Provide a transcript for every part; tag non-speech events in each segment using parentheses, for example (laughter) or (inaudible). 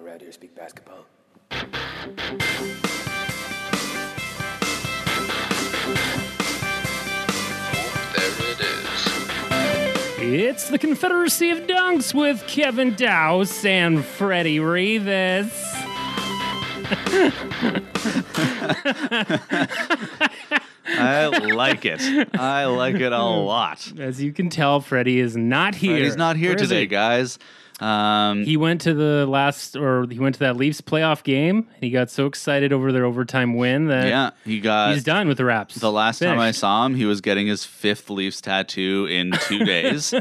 around here speak basketball. There it is. It's the Confederacy of Dunks with Kevin Dowse and Freddie Rivas. I like it. I like it a lot. As you can tell, Freddie is not here. He's not here Where is today, he? guys. Um, He went to the last, or he went to that Leafs playoff game, and he got so excited over their overtime win that yeah, he got he's done with the raps. the last time I saw him. He was getting his fifth Leafs tattoo in two days,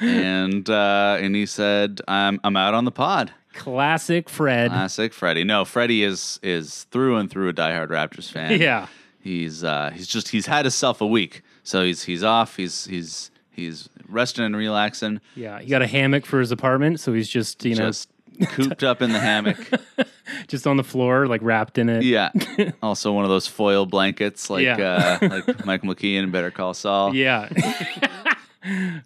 and uh, and he said, "I'm I'm out on the pod." classic Fred. Classic Freddie. No, Freddie is is through and through a diehard Raptors fan. (laughs) (laughs) Yeah. he's uh, he's just he's had himself a week, so he's he's off. He's he's he's resting and relaxing. yeah, he got a hammock for his apartment, so he's just you know Just cooped up in the hammock. just on the floor, like wrapped in it. (laughs) Yeah. also one of those foil blankets like Yeah. (laughs) uh, like Mike McKeon and Better Call Saul. yeah. (laughs)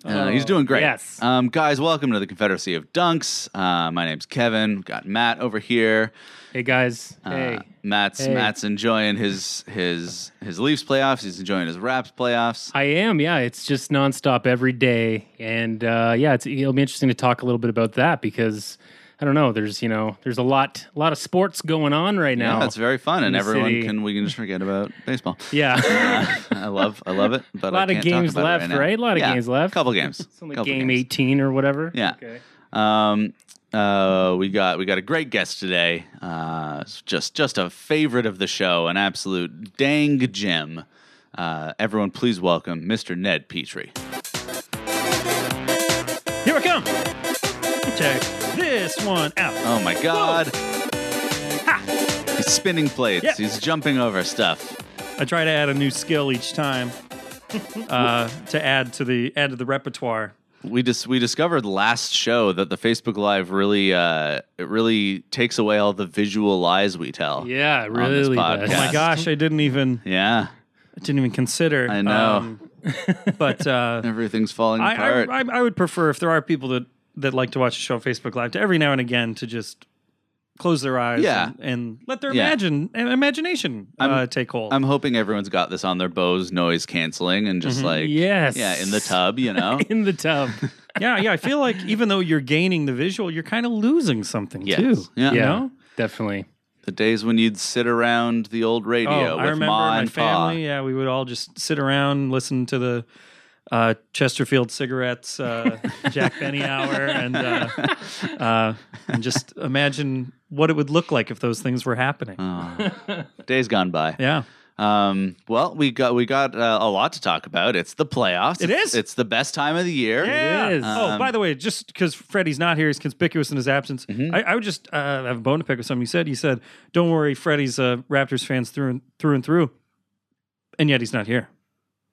Uh, he's doing great. yes. Um, guys, welcome to the Confederacy of Dunks. Uh, my name's Kevin. Got Matt over here. hey guys, Uh, hey, Matt's Hey. Matt's enjoying his his his Leafs playoffs. He's enjoying his Raps playoffs. I am. Yeah, it's just nonstop every day, and uh, yeah, it's, it'll be interesting to talk a little bit about that because I don't know. There's you know there's a lot a lot of sports going on right now. Yeah, that's very fun, and the everyone city. can we can just forget about baseball. (laughs) Yeah. (laughs) I love I love it. But Lot I of can't games talk about left, it right? now. right? Lot of Yeah, games left. Couple games. It's only Couple game games. 18 or whatever. Yeah. Okay. Um, uh, we got we got a great guest today. Uh, it's just just a favorite of the show, an absolute dang gem. Uh, everyone, please welcome Mr. Ned Petrie. Here I come. Check this one out. Oh my God! He's spinning plates. Yeah. He's jumping over stuff. I try to add a new skill each time (laughs) uh, to add to the add to the repertoire. We dis- we discovered last show that the Facebook Live really uh, it really takes away all the visual lies we tell. Yeah, it On this really does. podcast. Oh my gosh, I didn't even Yeah. I didn't even consider. um, I know. (laughs) but uh, Everything's falling I, I, apart. I I would prefer if there are people that that like to watch the show on Facebook Live to every now and again to just close their eyes Yeah. and, and let their Yeah. imagine imagination uh, take hold. I'm hoping everyone's got this on their Bose noise canceling and Mm-hmm. just like Yes. yeah, in the tub, you (laughs) know. (laughs) In the tub. yeah, yeah. I feel like even though you're gaining the visual, you're kind of losing something Yes. too. (laughs) Yeah. yeah. know? Definitely. The days when you'd sit around the old radio Oh, I with remember ma my and family. pa. Yeah, we would all just sit around, listen to the uh, Chesterfield cigarettes, uh, Jack Benny hour, and uh, uh, and just imagine what it would look like if those things were happening. Days gone by. Yeah, Um, well, we got we got uh, a lot to talk about. It's the playoffs. It It's- is. It's the best time of the year. yeah. is. oh, by the way, just because Freddie's not here, he's conspicuous in his absence. I, I would just uh, have a bone to pick with something you said. You said, "Don't worry, Freddie's uh, Raptors fans through and through and through," and yet he's not here.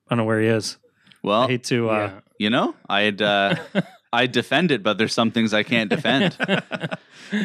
I don't know where he is. I Well, hate to. Uh, yeah. you know, I'd (laughs) uh, I defend it, but there's some things I can't defend.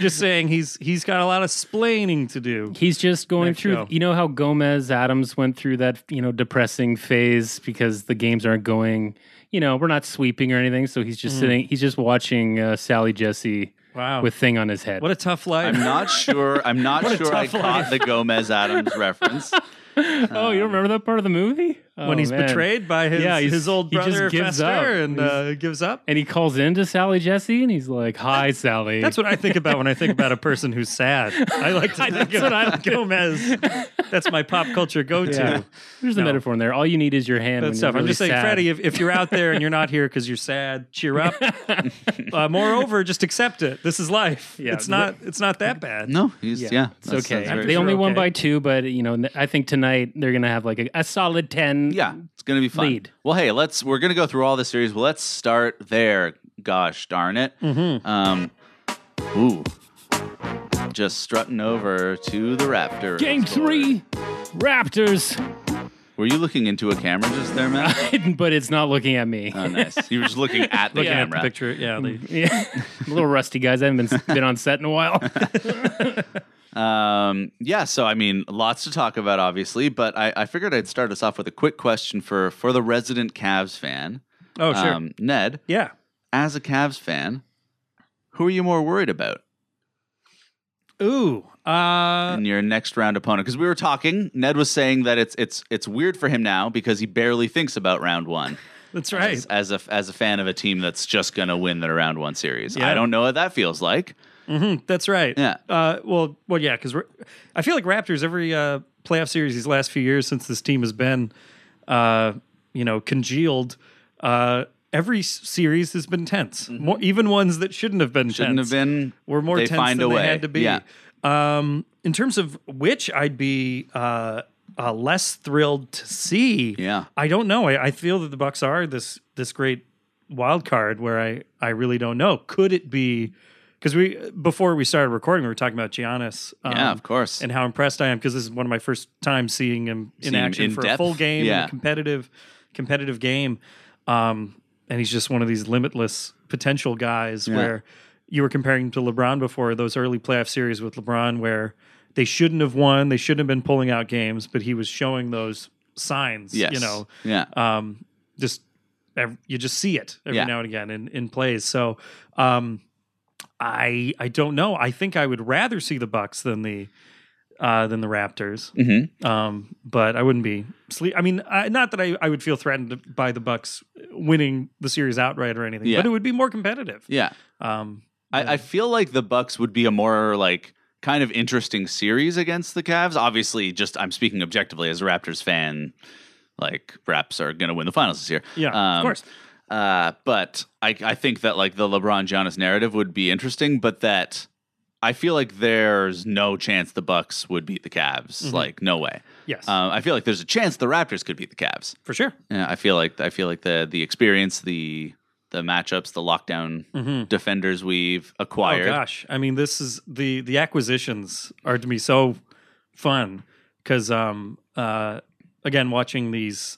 just saying he's he's got a lot of splaining to do. He's just going Next through. show. You know how Gomez Adams went through that, you know, depressing phase because the games aren't going. You know, we're not sweeping or anything, so he's Mm. just sitting. He's just watching uh, Sally Jesse Wow. with thing on his head. what a tough life. I'm not sure. I'm not What a sure I tough caught the Gomez Adams (laughs) reference. oh, you don't remember that part of the movie when Oh, he's man. betrayed by his Yeah, he's- his old he just brother gives Fester up. and uh, gives up. and he calls into Sally Jesse, and he's like, "Hi, Sally." That's what I think about when I think about a person who's sad. I like to think what (laughs) I about Gomez. That's my pop culture go to. Yeah. There's the No. metaphor in there. All you need is your hand. That when stuff. You're really I'm just saying, sad. Freddie, if, if you're out there and you're not here because you're sad, (laughs) cheer up. uh, moreover, just accept it. This is life. Yeah. It's not. It's not that bad. No, he's yeah. it's that's- okay. that's very they true. only won okay. by two, but you know, n- I think tonight they're gonna have like a, a solid ten. Yeah, it's gonna be fun. Mm-hmm. lead. Well, hey, let's we're gonna go through all the series. Well, let's start there. Gosh darn it. Mm-hmm. Um, ooh, just strutting over to the Raptors. Game three, Raptors. Were you looking into a camera just (laughs) there, man? but it's not looking at me. oh, nice. You were just looking at (laughs) the Looking at camera. The picture. Yeah. They, (laughs) yeah, I'm a little rusty, guys. I haven't been been on set in a (laughs) while. Um, yeah, so I mean, lots to talk about, obviously, but I, I figured I'd start us off with a quick question for for the resident Cavs fan, oh sure. um, Ned. yeah. As a Cavs fan, who are you more worried about? Ooh. Uh, and your next round opponent? Because we were talking, Ned was saying that it's it's it's weird for him now because he barely thinks about round one. that's (laughs) right. As, as a as a fan of a team that's just gonna win the round one series, Yeah. I don't know what that feels like. That's right. Yeah. Uh, well, well, yeah, because I feel like Raptors every uh, playoff series these last few years since this team has been, uh, you know, congealed. Uh, every s- series has been tense, more, even ones that shouldn't have been. Mm-hmm. Shouldn't tense have been. were more they tense find than a way. they had to be. Yeah. Um, in terms of which I'd be uh, uh, less thrilled to see. Yeah. I don't know. I, I feel that the Bucks are this this great wild card where I I really don't know. Could it be? Because we before we started recording, we were talking about Giannis. Um, Yeah, of course. And how impressed I am because this is one of my first time seeing him in Seeing him action in for a depth. full game, in Yeah. a competitive, competitive game. Um, and he's just one of these limitless potential guys where you were comparing him to LeBron before those early playoff series with LeBron where they shouldn't have won, they shouldn't have been pulling out games, but he was showing those signs, Yes. you know, Yeah. um, just ev you just see it every Yeah. now and again in, in plays. So um, I I don't know. I think I would rather see the Bucks than the uh, than the Raptors. hmm Um, but I wouldn't be sleep. I mean, I, not that I, I would feel threatened by the Bucks winning the series outright or anything, Yeah. but it would be more competitive. Yeah. Um, I, I feel like the Bucks would be a more like kind of interesting series against the Cavs. Obviously, just I'm speaking objectively as a Raptors fan. Like Raps are going to win the finals this year. Yeah, Um, of course. Uh, but I, I think that like the LeBron Giannis narrative would be interesting, but that I feel like there's no chance the Bucks would beat the Cavs. Mm-hmm. Like no way. yes, Um, I feel like there's a chance the Raptors could beat the Cavs. for sure. Yeah, I feel like I feel like the the experience, the the matchups, the lockdown defenders we've acquired. Mm-hmm. Oh gosh, I mean, this is the the acquisitions are to me so fun because um uh again watching these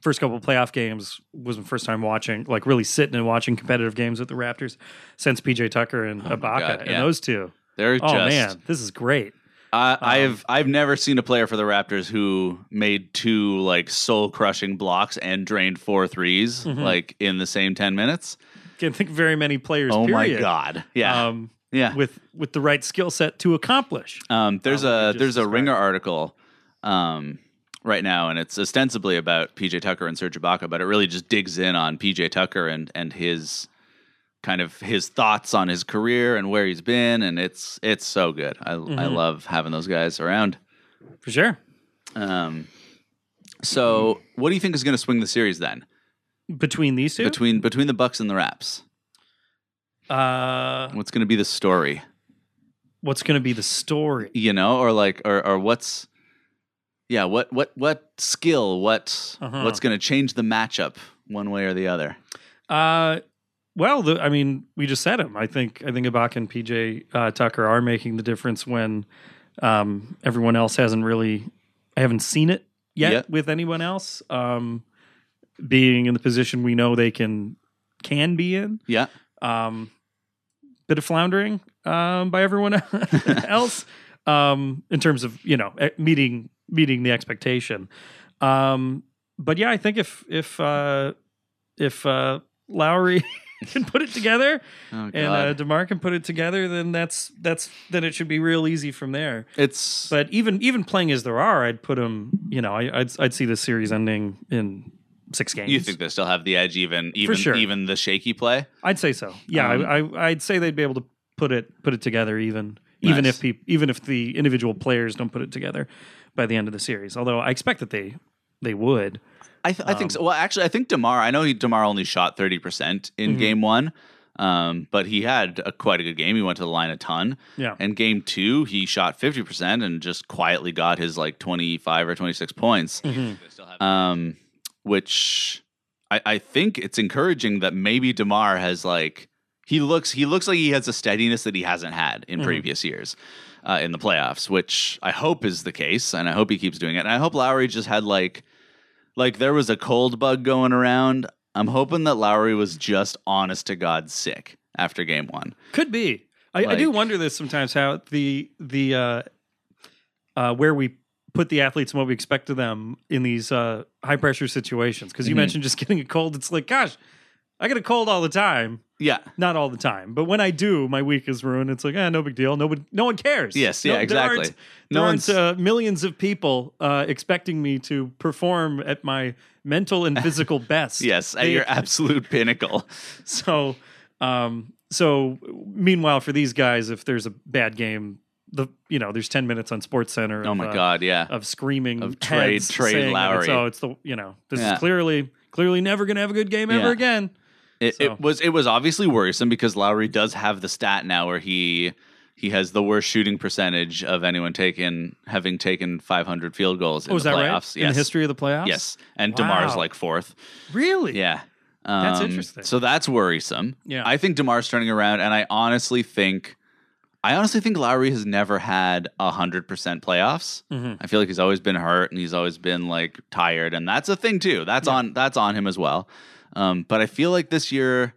first couple of playoff games was my first time watching like really sitting and watching competitive games with the Raptors since PJ Tucker and Ibaka Oh God, yeah. and those two. They're Oh just man, Um, this is great. I, I've I've never seen a player for the Raptors who made two like soul crushing blocks and drained four threes, Mm-hmm. like in the same ten minutes. Can't think of very many players. oh period, my god. Yeah. Um, yeah. with with the right skill set to accomplish. Um, there's what you a just there's a described. Ringer article um, right now, and it's ostensibly about PJ Tucker and Serge Ibaka, but it really just digs in on PJ Tucker and and his kind of his thoughts on his career and where he's been, and it's it's so good. I I Mm-hmm. love having those guys around. For sure. Um, so, what do you think is going to swing the series then Between these two, between between the Bucks and the Raps? uh, What's going to be the story? what's going to be the story? you know or like or or what's yeah what what what skill what Uh-huh. what's going to change the matchup one way or the other Uh, well, the, I mean, we just said him. I think I think Ibaka and PJ uh, Tucker are making the difference when um, everyone else hasn't really. I haven't seen it yet Yeah. with anyone else um, being in the position we know they can can be in. yeah Um, bit of floundering um, by everyone (laughs) else um, in terms of you know eh, meeting meeting the expectation. Um, but yeah, I think if if uh, if uh, Lowry (laughs) can put it together oh god and uh, Demar can put it together, then that's that's then it should be real easy from there. it's But even even playing as there are, I'd put him. You know, I, I'd I'd see this series ending in six games. you think they still have the edge even even sure. even the shaky play I'd say so. Yeah, I, Um, I, I'd say they'd be able to put it put it together even even Nice. if peop, even if the individual players don't put it together by the end of the series. Although I expect that they they would. I, th- I think Um, so. Well, actually, I think Demar. I know he Demar only shot thirty percent Mm-hmm. in game one, um, but he had a, quite a good game. He went to the line a ton. Yeah. And game two, he shot fifty percent and just quietly got his like twenty five or twenty six points, um, which I, I think it's encouraging that maybe Demar has like he looks he looks like he has a steadiness that he hasn't had in previous years. Uh, in the playoffs, which I hope is the case, and I hope he keeps doing it. And I hope Lowry just had like like there was a cold bug going around. I'm hoping that Lowry was just honest to God sick after game one. Could be. I, I do Like- wonder this sometimes how the the uh, uh, where we put the athletes and what we expect of them in these uh, high pressure situations. Because you Mhm. (laughs) mentioned just getting a cold. It's like, gosh, I get a cold all the time. Yeah. Not all the time, but when I do, my week is ruined. It's like, ah, no big deal. Nobody, no one cares. Yes, No- yeah, exactly. There aren't, No there one's- aren't, uh, millions of people uh, expecting me to perform at my mental and (laughs) physical best. Yes, at They- your absolute pinnacle. (laughs) so, um, so meanwhile, for these guys, if there's a bad game, the you know there's ten minutes on Sports Center. Oh of, my uh, god, yeah. of screaming Of Trade- heads Trade saying that it's, Lowry. oh, it's the you know this Yeah. is clearly clearly never gonna have a good game ever Yeah. again. It, So- it was it was obviously worrisome because Lowry does have the stat now where he he has the worst shooting percentage of anyone taken having taken 500 field goals in Oh, is the that playoffs. Yes. right? In the history of the playoffs? Yes, and Wow. Demar's like fourth. Really? Yeah, That's Um, interesting. So that's worrisome. Yeah. I think Demar's turning around, and I honestly think, I honestly think Lowry has never had hundred percent playoffs. Mhm. I feel like he's always been hurt, and he's always been like tired, and that's a thing too. That's on that's on him as well. Um, but I feel like this year,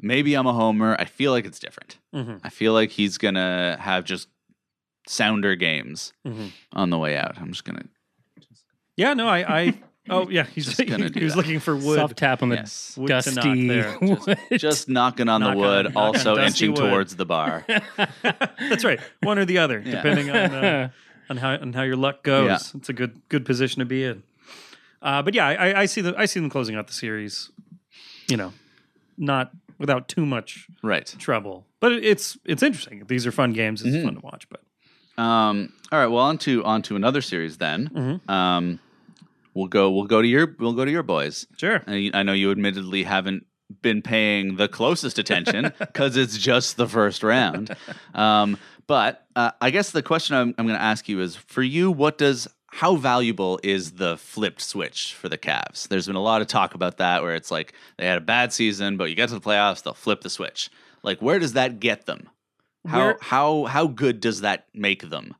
maybe I'm a homer. I feel like it's different. Mhm. I feel like he's gonna have just sounder games Mhm. on the way out. I'm just gonna Yeah, no, I, (laughs) I oh yeah, he's Just gonna do (laughs) he was that. looking for wood. Soft tap on the yes. Wood to knock dusty there. (laughs) wood. Just knocking on the Knock on- wood, (laughs) knock on also dusty inching wood. towards the bar. That's right, one or the other, (laughs) Yeah. depending (laughs) on uh, on how on how your luck goes. Yeah. It's a good good position to be in. Uh, but yeah, I, I- I see them. I see them closing out the series. You know, not without too much right. trouble, but it, it's it's interesting. These are fun games. It's Mm-hmm. fun to watch. But Um, all right. Well, on to on to another series then. Mhm. Um, we'll go. We'll go to your. We'll go to your boys. sure, Uh, I, I know you admittedly haven't been paying the closest (laughs) attention because it's just the first round. Um, but uh, I guess the question I'm, I'm going to ask you is: for you, what does how valuable is the flipped switch for the Cavs? There's been a lot of talk about that, where it's like they had a bad season, but you get to the playoffs, they'll flip the switch. Like, where does that get them? How Where- how how good does that make them?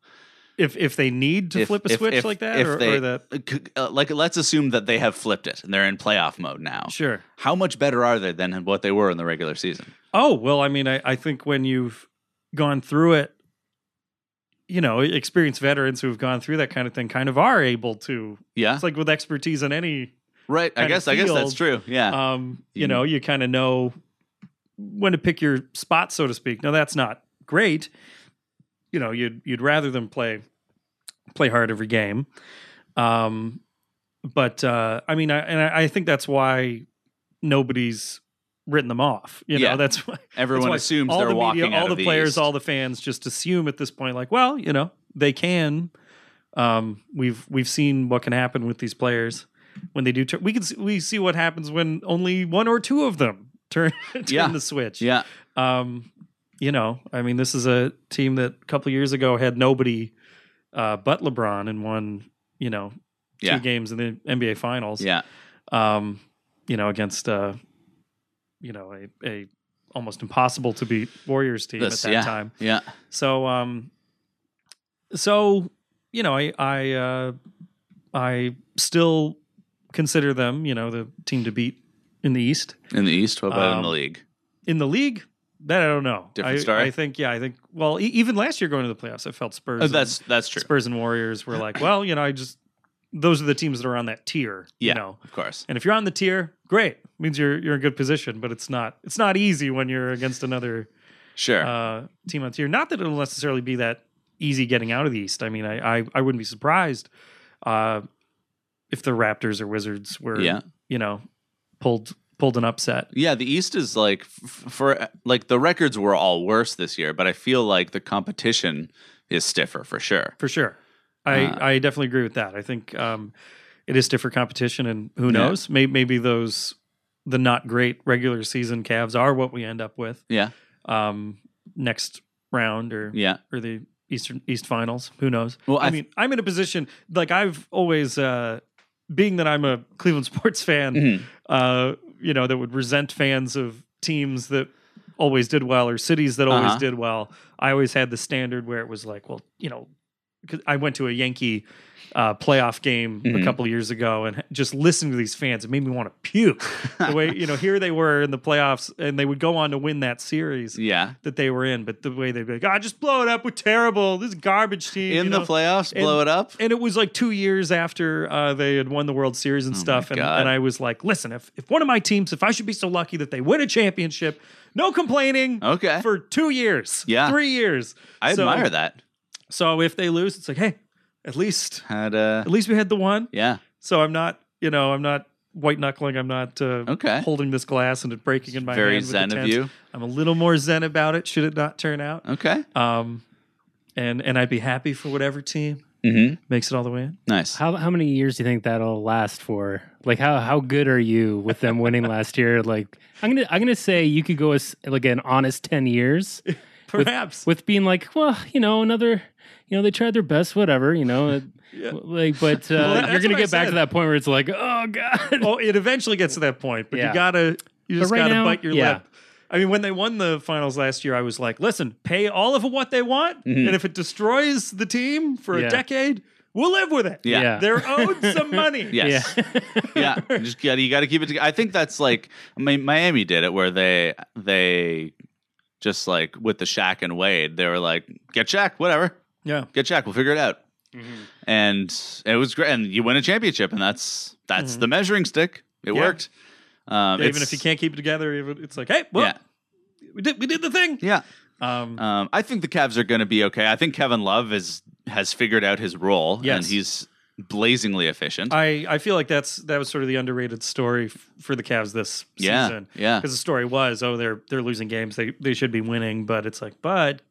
if if they need to If- flip a if- switch if- like that, if or, they- or that c- uh, like let's assume that they have flipped it and they're in playoff mode now. sure. How much better are they than what they were in the regular season? Oh well, I mean, I, I think when you've gone through it, you know, experienced veterans who have gone through that kind of thing kind of are able to. Yeah, It's like with expertise in any, right. I kind of guess I guess that's true. field, Yeah, Mm-hmm. um, you You- know, you kind of know when to pick your spot, so to speak. Now that's not great. You know, you'd you'd rather them play play hard every game. Um, but uh, I mean, I, and I, I think that's why nobody's written them off. You know, Yeah. that's why. everyone That's why assumes all they're the walking media, out all of the players, East. all the fans just assume at this point, like, well, you know, they can. Um, we've we've seen what can happen with these players when they do. Turn, we can see, we see what happens when only one or two of them (laughs) turn turn Yeah. the switch. yeah, Um, you know, I mean, this is a team that a couple years ago had nobody uh, but LeBron and won, you know, two Yeah. games in the NBA Finals yeah, um, you know, against uh, you know, a, a almost impossible to beat Warriors team This- at that yeah. time. yeah. So um so, you know, I I uh I still consider them, you know, the team to beat in the East. In the East, what about in the Um, league? In the league, that I don't know. Different I, story? I think yeah, I think well, e- even last year going to the playoffs, I felt Spurs Oh, and- that's that's true. Spurs and Warriors were like, well, you know, I just those are the teams that are on that tier, Yeah. you know. Of course. And if you're on the tier, great. Means you're you're in good position, but it's not it's not easy when you're against another Sure. uh, team on tier. Not that it'll necessarily be that easy getting out of the East. I mean, I I, I wouldn't be surprised uh, if the Raptors or Wizards were Yeah. you know pulled pulled an upset. yeah, the East is like f- for like the records were all worse this year, but I feel like the competition is stiffer for sure. for sure. I, Uh, I definitely agree with that. I think um, it is different competition, and who Yeah. knows? Maybe, maybe those the not great regular season Cavs are what we end up with. Yeah. Um, next round or Yeah. or the Eastern East Finals. Who knows? Well, I I- mean, I'm in a position like I've always, uh, being that I'm a Cleveland (laughs) sports fan, Mhm. uh, you know, that would resent fans of teams that always did well or cities that always Uh-huh. did well. I always had the standard where it was like, well, you know, 'cause I went to a Yankee uh, playoff game a Mhm. couple years ago, and just listening to these fans, it made me want to puke. the way you know, here they were in the playoffs, and they would go on to win that series Yeah. that they were in, but the way they'd be like, "Ah, just blow it up. We're terrible. This is garbage team." In you the know? playoffs, and- blow it up. and it was like two years after uh, they had won the World Series and stuff. And, Oh God. and I was like, listen, if, if one of my teams, if I should be so lucky that they win a championship, no complaining Okay. for two years, Yeah. three years. I So- admire that. So if they lose, it's like, hey, at least, Had uh at least we had the one. yeah. So I'm not, you know, I'm not white knuckling. I'm not uh, Okay. holding this glass and it breaking in my Very hand with the zen of tent. you. I'm a little more zen about it. Should it not turn out? Okay. Um, and and I'd be happy for whatever team Mm-hmm. makes it all the way in. Nice. How how many years do you think that'll last for? Like how how good are you with them winning (laughs) last year? Like I'm gonna I'm gonna say you could go as like an honest ten years Perhaps. with being like, well, you know, another, you know, they tried their best, whatever, you know, like, but uh, Well, that- you're that's gonna what I get back to said. that point where it's like, oh (laughs) god, oh, it eventually gets to that point, but Yeah. you gotta, you just right gotta now, bite your yeah. lip. I mean, when they won the finals last year, I was like, listen, pay all of them what they want, Mm-hmm. and if it destroys the team for Yeah. a decade, we'll live with it. Yeah. Yeah. They're owed some money. (laughs) Yes. (laughs) yeah, you just gotta, you got to keep it. toge- I think that's like I mean, Miami did it, where they they just like with the Shaq and Wade, they were like, get Shaq, whatever, Yeah. get Shaq, we'll figure it out, Mm-hmm. and it was great. And you win a championship, and that's that's the measuring stick. It Mm-hmm. Yeah. worked. Um, Even it's- if you can't keep it together, even- it's like, hey, well, yeah, we did we did the thing. yeah. Um, Um, I think the Cavs are going to be okay. I think Kevin Love is has figured out his role, and Yes. he's blazingly efficient. I I feel like that's that was sort of the underrated story f- for the Cavs this Yeah, season. (laughs) yeah. because the story was oh they're they're losing games they they should be winning, but it's like but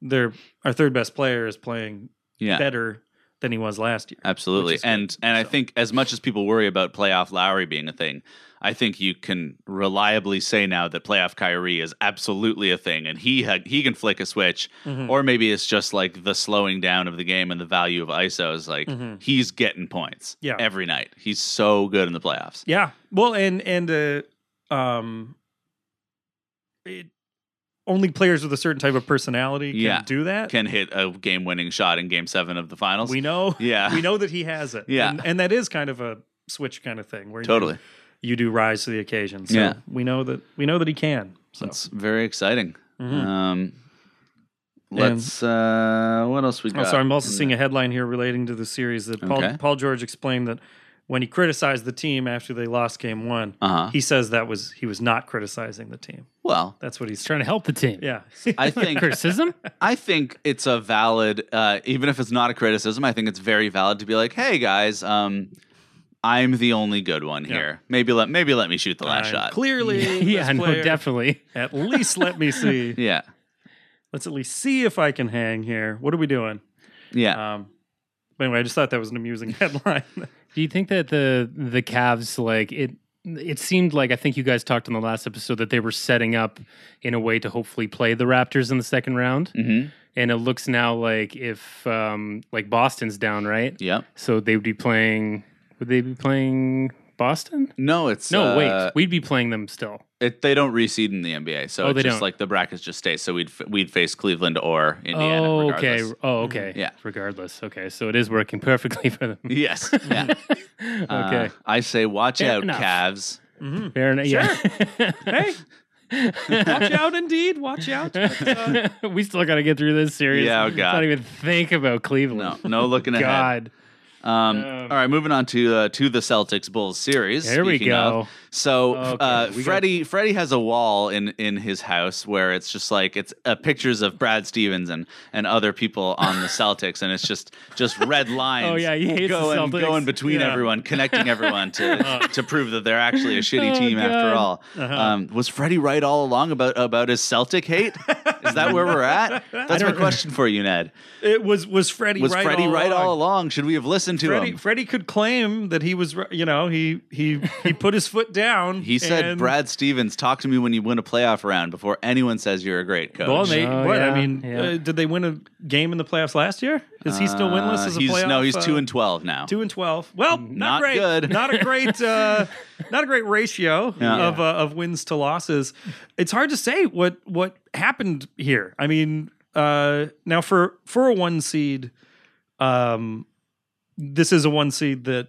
their our third best player is playing yeah, better than he was last year. Absolutely. is good. And and I So- think as much as people worry about playoff Lowry being a thing, I think you can reliably say now that playoff Kyrie is absolutely a thing and he ha- he can flick a switch Hmm. or maybe it's just like the slowing down of the game and the value of iso is like he's getting points Mm-hmm. Yeah. every night. He's so good in the playoffs. Yeah. Well, and and uh, um, it, only players with a certain type of personality can Yeah. do that. Can hit a game-winning shot in game 7 of the finals. we know? (laughs) Yeah. we know that he has it. Yeah. and, and that is kind of a switch kind of thing where you- Totally. you, do rise to the occasion. So Yeah. we know that we know that he can. So That's very exciting. Mhm. Um Let's uh what else we Oh, got? sorry. I'm also seeing a headline here relating to the series that Paul, Uh, Okay. Paul George explained that when he criticized the team after they lost game one, Uh-huh. he says that was he was not criticizing the team. Well, That's what he's trying. trying to help the team. Yeah, (laughs) I think Criticism? I think it's a valid, uh, even if it's not a criticism. I think it's very valid to be like, "Hey guys, um, I'm the only good one here. Maybe let maybe let me shoot the last I'm shot." (laughs) Clearly, yeah, this no, player- definitely. (laughs) At least let me see. (laughs) yeah, Let's at least see if I can hang here. What are we doing? Uh, yeah. Um, but anyway, I just thought that was an (laughs) amusing headline. Do you think that the the Cavs like it? It seemed like I think you guys talked in the last episode that they were setting up in a way to hopefully play the Raptors in the second round, hmm and it looks now like if um like Boston's down, right? Yep. So they would be playing. Would they be playing Boston? No, it's No, uh, wait, we'd be playing them still. It, they don't reseed in the NBA, so Oh, it's they just don't. like the brackets just stay. So we'd f- we'd face Cleveland or Indiana. oh, okay. regardless. Mm-hmm. Oh, okay. Yeah. Regardless. Okay. So it is working (laughs) perfectly for them. (laughs) Yes. Yeah. Uh, okay. I say, watch Fair out, enough. Cavs. Fair enough. hey, watch out! Indeed, watch (laughs) out. uh, Yeah. (laughs) we still got to get through this series. Yeah, oh, Let's God. Not even think about No, Cleveland. (laughs) no looking ahead. God. Um, Um, all right, moving on to uh, to the Celtics Bulls series. Here we speaking go. of. So Okay, uh, we got- Freddie Freddie has a wall in in his house where it's just like it's uh, pictures of Brad Stevens and and other people on (laughs) the Celtics, and it's just just red lines. Oh, yeah, he hates the going Celtics. Uh. going between Yeah. everyone, connecting everyone (laughs) to to prove that they're actually a shitty Oh, team God. after all. Um, was Freddie right all along about about his Celtic hate? Is that where (laughs) we're at? That's my question for you, Ned. It was was Freddie. Was right Freddie all right along? all along? Should we have listened to Freddie, him? Freddie could claim that he was, ri- you know, he he he put his foot down. He said, and- "Brad Stevens, talk to me when you win a playoff round before anyone says you're a great coach." Well, they, Oh, what yeah, I mean, yeah. uh, did they win a game in the playoffs last year? Is he still winless Uh, as a he's, playoff? No, he's uh, two and twelve now. two and twelve. Well, not, Not great. good. Not a (laughs) great. Uh, not a great ratio Yeah. of uh, of wins to losses. It's hard to say what what happened here. I mean, uh, now for for a one seed, Um, this is a one seed that,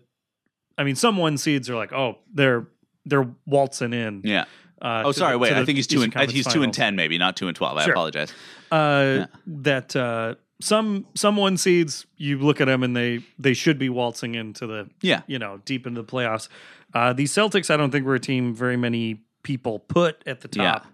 I mean, some one seeds are like, oh, they're they're waltzing in. Yeah. Uh, Oh, to sorry. the- Wait. to I the think he's two. Eastern And, Conference he's two and Finals. ten, maybe not two and twelve. I Sure. apologize. Uh, That uh, some some one seeds, you look at them and they they should be waltzing into the Yeah. you know, deep into the playoffs. Uh, the Celtics, I don't think were a team very many people put at the Yeah. top.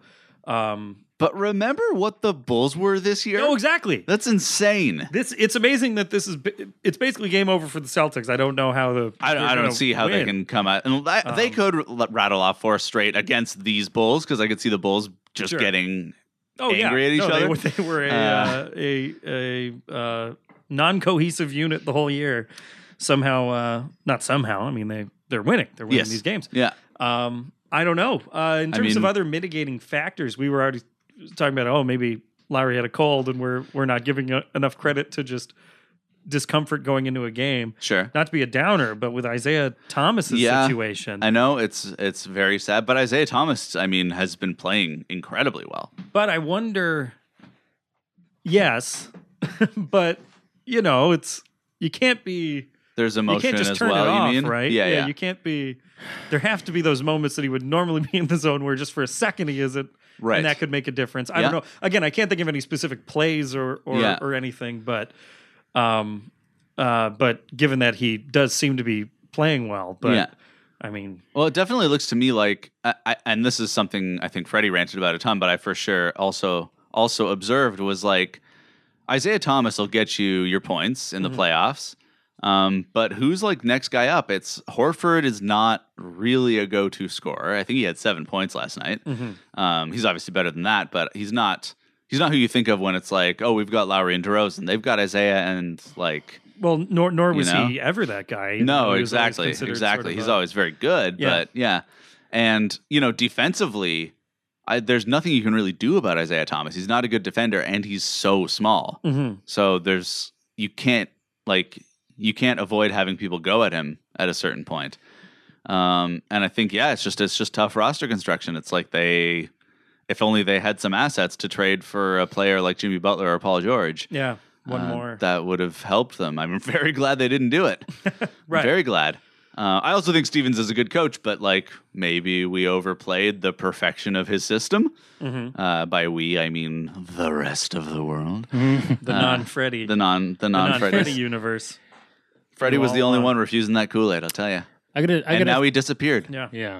Um, But remember what the Bulls were this year? no, exactly. That's insane. This it's amazing that this is bi- it's basically game over for the Celtics. I don't know how the I don't, they're I don't gonna see how they win. Um, can come out. And li- they could r- rattle off four straight against these Bulls because I could see the Bulls just Sure. getting. oh, yeah. angry at each No, they other? were- They, were a uh, Uh. a a uh, non cohesive unit the whole year. Somehow, uh, not somehow. I mean they they're winning. They're winning Yes. these games. Yeah. Um, I don't know. Uh, in I terms of mean- other mitigating factors, we were already talking about. Oh, maybe Lowry had a cold, and we're we're not giving uh enough credit to just discomfort going into a game. Sure. Not to be a downer, but with Isaiah Thomas's Yeah. situation, I know it's it's very sad, but Isaiah Thomas, I mean, has been playing incredibly well. but I wonder. Yes, (laughs) but you know, it's you can't be There's emotion you can't just as turn well. it off, you mean? right? Yeah, yeah. You can't be. There have to be those moments that he would normally (laughs) be in the zone where just for a second he isn't, Right. And that could make a difference. I Yeah. don't know. Again, I can't think of any specific plays or or, Yeah. or anything, but um, uh, but given that he does seem to be playing well, but Yeah. I mean, Well, it definitely looks to me like, I, I, and this is something I think Freddie ranted about a ton, but I for sure also also observed was like Isaiah Thomas will get you your points in the Mm-hmm. playoffs, um, but who's like next guy up? It's Horford is not really a go to scorer. I think he had seven points last night. Mm-hmm. Um, he's obviously better than that, but he's not. He's not who you think of when it's like, oh, we've got Lowry and DeRozan. They've got Isaiah and like well, nor nor was know? he ever that guy. no, He was always exactly, considered exactly. sort of He's a- always very good, Yeah. but yeah, and you know, defensively, I, there's nothing you can really do about Isaiah Thomas. He's not a good defender, and he's so small. Mhm. So there's you can't like you can't avoid having people go at him at a certain point. Um, and I think yeah, it's just it's just tough roster construction. It's like they, if only they had some assets to trade for a player like Jimmy Butler or Paul George. yeah. One uh, more. that would have helped them. I'm (laughs) very glad they didn't do it. Right. Very glad. Uh, I also think Stevens is a good coach, but like maybe we overplayed the perfection of his system. Uh, by we, I mean the rest of the world. the non Freddy. uh, The non, the non Freddy (laughs) Freddy. universe. Freddie was the Well, only uh, one refusing that Kool Aid. I'll tell you. I gotta, I And gotta now he disappeared. Yeah. Yeah.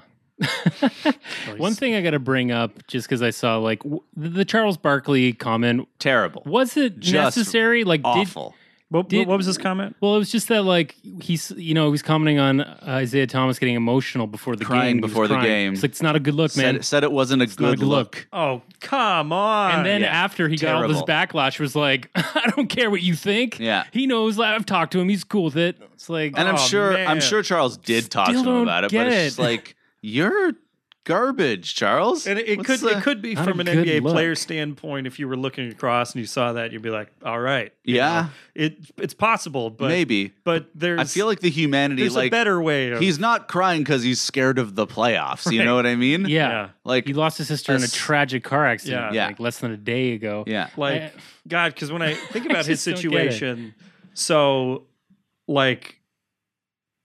One thing I got to bring up, just because I saw like w- the Charles Barkley comment, Terrible. was it Just necessary? Like, did Awful. What, Did- what was his comment? well, it was just that like he's you know he was commenting on Isaiah Thomas getting emotional before the Crying game, He was before the crying. game. It's like it's not a good look, man. said, said it wasn't a not a good good look. look. Oh, come on. and then yeah. after he got all this Terrible. backlash, was like, (laughs) I don't care what you think. Yeah. he knows. I've talked to him. He's cool with it. It's like, And I'm Oh, sure man. I'm sure Charles did talk Still to him don't about it, but get it's just it. like you're garbage, Charles. And it, it What's could the- it could be Not from a an good NBA look. player standpoint. If you were looking across and you saw that, you'd be like, "All right, you Yeah. know, it it's possible, but maybe. But there's I feel like the humanity there's like a better way. Of, he's not crying because he's scared of the playoffs. You Right. know what I mean? yeah. Yeah. Like he lost his sister in a That's- tragic car accident, Yeah. like less than a day ago. yeah. like I- God, because when (laughs) I think I about his just don't get it. situation, so like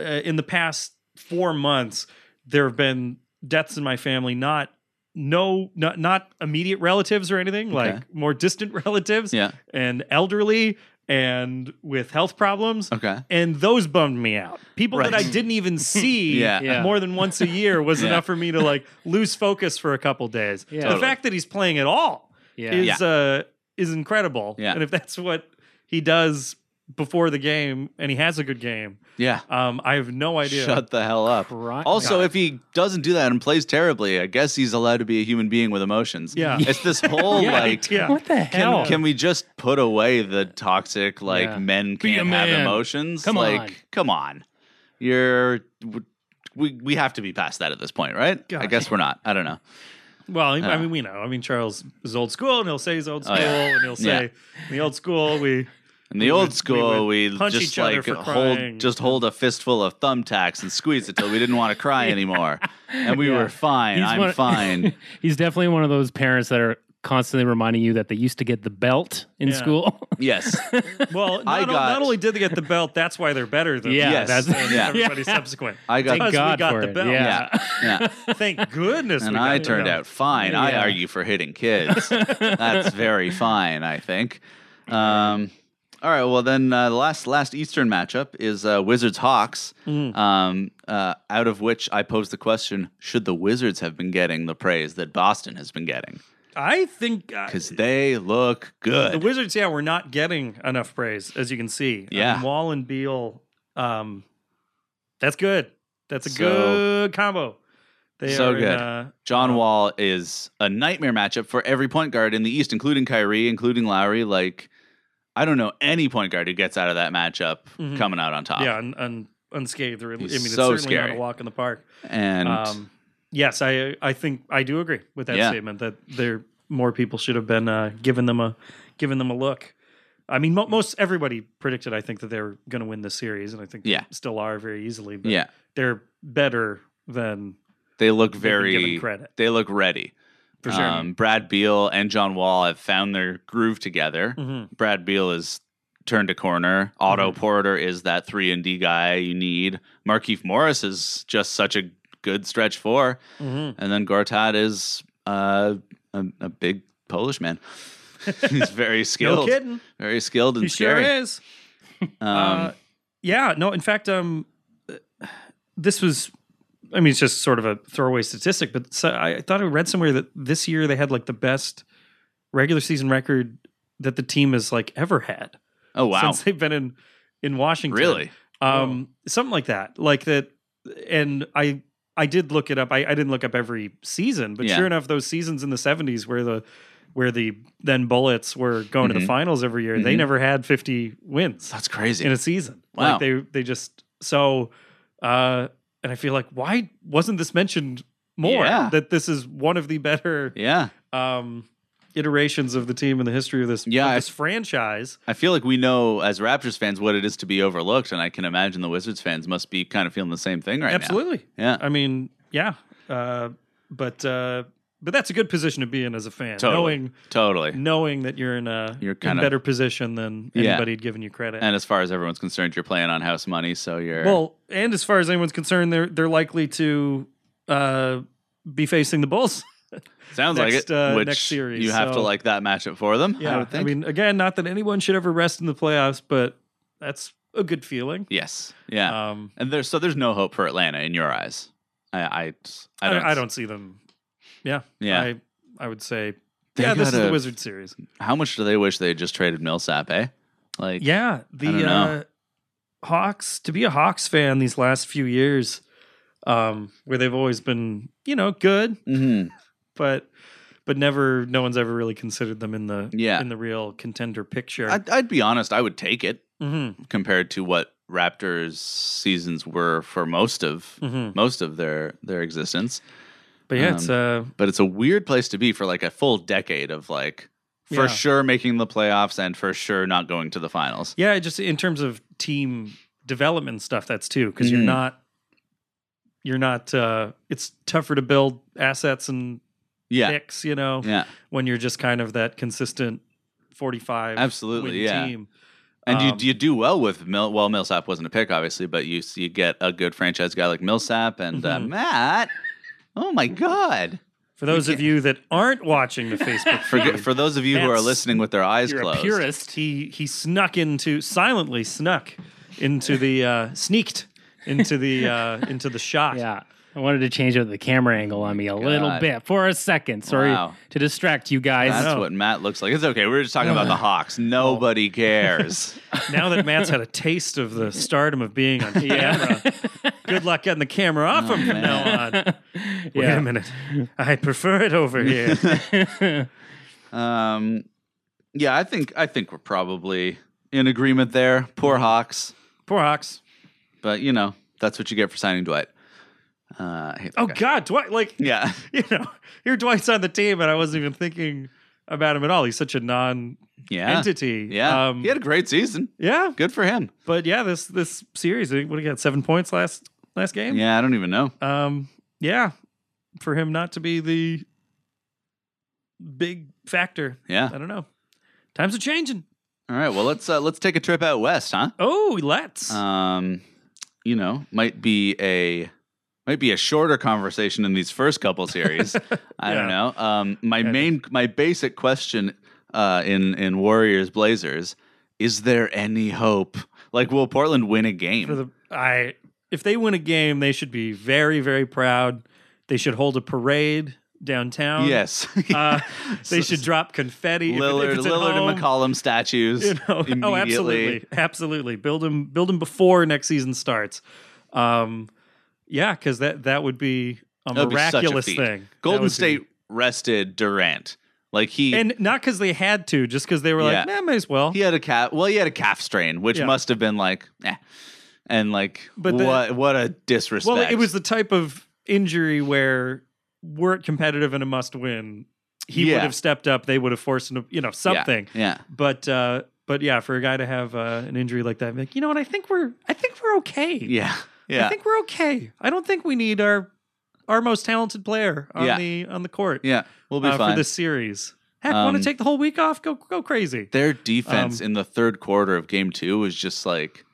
uh, in the past four months, there have been deaths in my family. Not no not not immediate relatives or anything Okay. like more distant (laughs) relatives Yeah. and elderly and with health problems Okay. and those bummed me out. People that I Right. (laughs) didn't even see Yeah. Yeah. more than once a year was Yeah. enough for me to like lose focus for a couple days. Yeah. The Totally. fact that he's playing at all Yeah. is uh is incredible. Yeah. And if that's what he does before the game and he has a good game, Yeah. um, I have no idea. Shut the hell up. Cry- Also, God. if he doesn't do that and plays terribly, I guess he's allowed to be a human being with emotions. (laughs) Yeah. It's this whole Yeah, like yeah. What the can, hell? can we just put away the toxic like Yeah. men Be a can't have man. emotions? Come like, on. come on. You're we we have to be past that at this point, right? I God. guess we're not. I don't know. Well, I- I Yeah. mean, we know. I mean, Charles is old school, and he'll say he's old Oh, school, yeah. and he'll say, "In the old school, we In the We old would- we school, would we, punch just each other like for hold crying. just hold a fistful of thumbtacks and squeeze it till we didn't want to (laughs) cry anymore, and we Yeah. were fine. He's I'm one- fine. (laughs) he's definitely one of those parents that are constantly reminding you that they used to get the belt in Yeah. school. (laughs) Yes. Well, (laughs) not, I o- got- not only did they get the belt, that's why they're better than Yeah, Yes. that's- yeah. everybody subsequent. I got- Because Thank God we got for the it. belt. Yeah. Yeah. Thank goodness. And we got I the turned belt. out fine. I Yeah. argue for hitting kids. (laughs) That's very fine, I think. Um, all right. Well, then uh, the last last Eastern matchup is uh, Wizards Hawks. Mm. Um, uh, out of which I posed the question: Should the Wizards have been getting the praise that Boston has been getting? I think uh, Because they look the good. Wizards, yeah, we're not getting enough praise, as you can see. Yeah. Um, Wall and Beal, um, that's good. That's a So- good combo. They So are in, good. uh, John Wall is a nightmare matchup for every point guard in the East, including Kyrie, including Lowry. Like, I don't know any point guard who gets out of that matchup Mhm. coming out on top. yeah, un, un, unscathed. Or, I mean, Ah. He's it's so certainly not scary. a walk in the park. And Um, yes, I I think I do agree with that Yeah. statement that there more people should have been uh, giving them a giving them a look. I mean, mo- most everybody predicted I think that they were going to win this series, and I think they Yeah. still are very easily. But yeah, they're better than they look they've been given very. credit They look ready. for sure. Um, Brad Beal and John Wall have found their groove together. Mhm. Brad Beal is turned a corner. Otto Mm-hmm. Porter is that three and D guy you need. Markeith Morris is just such a good stretch four, Mhm. and then Gortat is uh, a, a big Polish (laughs) man. He's very No skilled, kidding, very skilled and he sure scary. is. Um, Uh, yeah, no. In fact, um, this was. I mean, it's just sort of a throwaway statistic, but so I I thought I read somewhere that this year they had like the best regular season record that the team has like ever had oh wow, since they've been in in Washington. really? um, Oh. something like that. Like that, and I I did look it up. I, I didn't look up every season, but Yeah. sure enough, those seasons in the seventies where the where the then Bullets were going to Mhm. the finals every year, they Mhm. never had fifty wins That's crazy. in a season. Wow. Like they they just so uh and I feel like why wasn't this mentioned more? Yeah. That this is one of the better yeah, um iterations of the team in the history of this, Yeah, of I- this franchise. I feel like we know as Raptors fans what it is to be overlooked, and I can imagine the Wizards fans must be kind of feeling the same thing right Absolutely. now. Yeah. (laughs) I mean, yeah. Uh but uh but that's a good position to be in as a fan. Totally. Knowing Totally. knowing that you're in a You're in kinda- better position than Yeah. anybody had given you credit. And as far as everyone's concerned, you're playing on house money, so you're Well, and as far as anyone's concerned, they're they're likely to uh, be facing the Bulls. sounds like next, it. uh, which next series, you have to so- like that matchup for them. I Yeah, would I, think. mean, again, not that anyone should ever rest in the playoffs, but that's a good feeling. yes, yeah. Um, and there's so there's no hope for Atlanta in your eyes. I I, I, I don't. I don't see them. Yeah, Yeah. I, I would say, They yeah, this is gotta- the Wizard series. how much do they wish they had just traded Millsap? Eh. Like Yeah, the don't know. uh, Hawks. To be a Hawks fan these last few years, um, where they've always been, you know, good, mhm. but but never, no one's ever really considered them in the Yeah. in the real contender picture. I'd, I'd be honest. I would take it Mm-hmm. compared to what Raptors seasons were for most of Mm-hmm. most of their their existence. But yeah, it's uh, but it's a weird place to be for like a full decade of like for Yeah. sure making the playoffs and for sure not going to the finals. yeah, just in terms of team development stuff, that's too because Mhm. you're not you're not. uh It's tougher to build assets and Yeah. picks, you know, Yeah. when you're just kind of that consistent forty five Absolutely, yeah. team. And Um, you you do well with Mil- well Millsap wasn't a pick obviously, but you you get a good franchise guy like Millsap and uh, Mhm. Matt. Oh my god. For those of you that aren't watching the (laughs) Facebook For feed, for those of you who are That's- listening with their eyes You're closed. a purist. he he snuck into silently snuck into the uh, sneaked into the uh, into the shot. Yeah. I wanted to change up the camera angle on me a little God. bit for a second. Sorry Wow. to distract you guys. That's know. what Matt looks like. It's okay. We were just talking about the Hawks. Nobody cares. (laughs) Now that Matt's had a taste of the stardom of being on camera, good luck getting the camera off him from man. now on. Wait (laughs) a minute, I prefer it over here. Um, yeah, I think I think we're probably in agreement there. Poor Hawks, Poor Hawks. but you know that's what you get for signing Dwight. Uh, I hate that Oh guy. God, Dwight! Like (laughs) Yeah, you know, here Dwight's on the team, and I wasn't even thinking about him at all. He's such a yeah, non-entity. yeah. Um, he had a great season. yeah. Good for him. But yeah, this this series, what he got seven points last last game. Yeah, Uh, I don't even know. Um, yeah, for him not to be the big factor. Yeah. I don't know. Times are changing. All right. Well, let's uh, let's take a trip out west, huh? Oh, let's. Um, you know, might be a might be a shorter conversation in these first couple (laughs) series. I don't know. Um, my main my basic question uh, in in Warriors Blazers is there any hope? Like, will Portland win a game? for the I if they win a game, they should be very very proud. They should hold a parade downtown. yes. (laughs) Uh, So- they should drop confetti. if it- if Lillard, it's at Lillard home, and McCollum statues (laughs) you know. immediately. Oh, absolutely, absolutely. Build them, build them before next season starts. Um, yeah, because that that would be a That'd be such a miraculous feat. thing. That would Golden be- State rested Durant. Like he and not because they had to, just because they were like, Yeah. nah, may as well. he had a calf. Well, he had a calf strain, which Yeah. must have been like, eh. and like, But the- what what a disrespect. well, it was the type of injury where were it competitive and a must win, he Yeah. would have stepped up. They would have forced him, to, you know, Yeah, something. Yeah, But uh, but yeah, for a guy to have uh, an injury like that, like you know what, I think we're I think we're okay. yeah, yeah. I think we're okay. I don't think we need our our most talented player on Yeah. the on the court yeah, we'll be uh, fine. for this series. Heck, want Um, to take the whole week off? Go go crazy. Their Um, defense in the third quarter of Game Two was just like,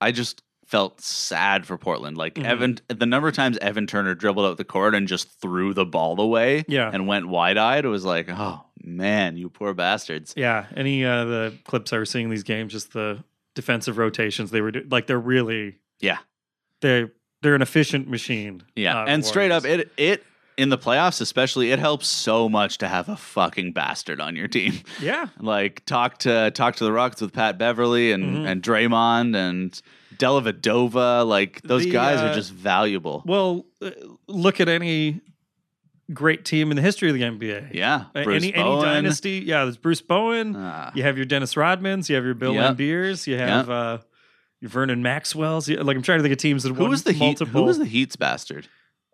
I just felt sad for Portland. Like Mhm. Evan, the number of times Evan Turner dribbled out the court and just threw the ball away, Yeah. and went wide eyed. It was like, oh man, you poor bastards. Yeah, any uh, the clips I was seeing these games, just the defensive rotations they were do- like they're really Yeah. they're they're an efficient machine. Yeah, uh, and straight up, Warriors. it it in the playoffs especially, it helps so much to have a fucking bastard on your team. (laughs) yeah, like talk to talk to the Rockets with Pat Beverly and Mhm. and Draymond and Delavadova. Like those The, guys uh, are just valuable. Well, uh, look at any great team in the history of the NBA. yeah, Uh, Bruce any Bowen. any dynasty. Yeah, there's Bruce Bowen. Ah, you have your Dennis Rodmans. You have your Bill Yep. Lambiers. You have uh, your Vernon Maxwell's. You- Like I'm trying to think of teams that who won was the Heat? multiple. Who was the Heat's bastard?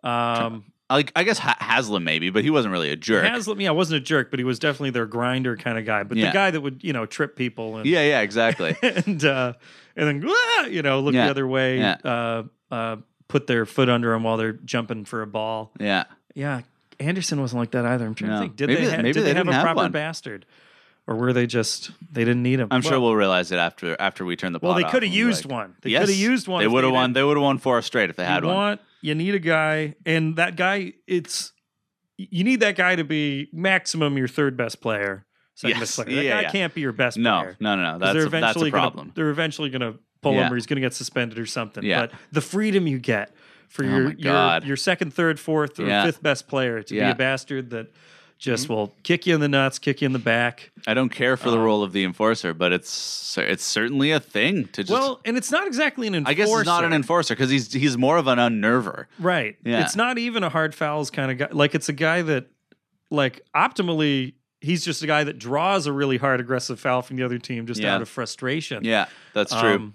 um, Like I guess ha- Haslam maybe, but he wasn't really a jerk. Haslam? Yeah, wasn't a jerk, but he was definitely their grinder kind of guy. But Yeah. the guy that would you know trip people and yeah, yeah, exactly. (laughs) and uh, and then "Wah!" you know look Yeah. the other way. Yeah. Uh, uh, put their foot under them while they're jumping for a ball. yeah, Yeah, Anderson wasn't like that either. I'm trying No. to think. Did Maybe- they, ha- maybe did they they have a didn't have proper one. bastard, or were they just they didn't need him? I'm sure Well, we'll realize it after after we turn the. well, pot they off could have and, used like, one. They yes, could have used one. They if would have won. didn't. They would have won four straight if they had you one. want you need a guy, and that guy. It's you need that guy to be maximum your third best player, second Yes. best player. That Yeah, guy yeah. can't be your best No, player. no, no, no. 'cause That's a, that's a problem. Gonna, they're eventually going to pull Yeah. him, or he's going to get suspended or something. Yeah. But the freedom you get for Oh your, my God. your your second, third, fourth, or Yeah. fifth best player to be Yeah. Mm-hmm. a bastard that just will kick you in the nuts, kick you in the back. I don't care Oh. for the role of the enforcer, but it's it's certainly a thing to just. well, and it's not exactly an enforcer. I guess it's not an enforcer because he's he's more of an unnerver. Right. Yeah. It's not even a hard fouls kind of guy. Like it's a guy that like optimally he's just a guy that draws a really hard aggressive foul from the other team just Yeah. out of frustration. Yeah, that's true. Um,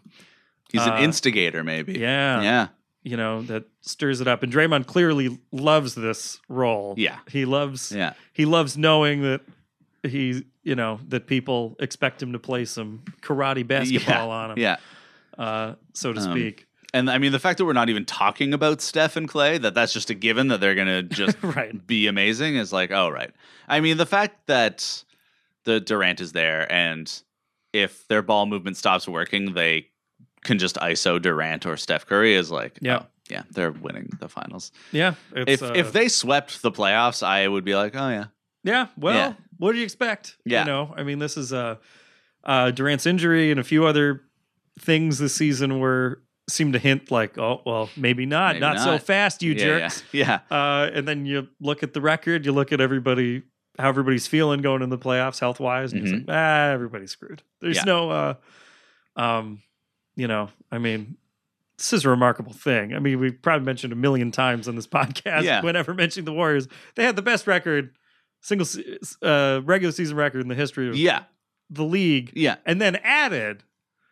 he's uh, an instigator, maybe. yeah. yeah, You know, that stirs it up. And Draymond clearly loves this role. Yeah. He loves yeah. he loves knowing that he's you know, that people expect him to play some karate basketball yeah. on him, Yeah, uh, so to Um, speak. and I mean the fact that we're not even talking about Steph and Clay that that's just a given that they're gonna just (laughs) Right. be amazing is like, oh right. I mean the fact that the Durant is there and if their ball movement stops working, they can just ISO Durant or Steph Curry is like, Yeah. oh, yeah, they're winning the finals. Yeah. if It's, uh, if they swept the playoffs, I would be like, oh yeah, Yeah. Well, Yeah. what do you expect? Yeah. You know, I mean, this is uh, uh, Durant's injury and a few other things this season were seemed to hint like, oh, well, maybe not, Maybe not, so not. fast, you yeah, jerks. Yeah, yeah. Uh, and then you look at the record, you look at everybody, how everybody's feeling going in the playoffs health wise, and it's like, ah, everybody's screwed. There's Mm-hmm. Yeah. no, uh, um, you know, I mean. This is a remarkable thing. I mean, we've probably mentioned a million times on this (laughs) podcast. Yeah. Whenever mentioning the Warriors, they had the best record, single se- uh, regular season record in the history of Yeah, the league, yeah. and then added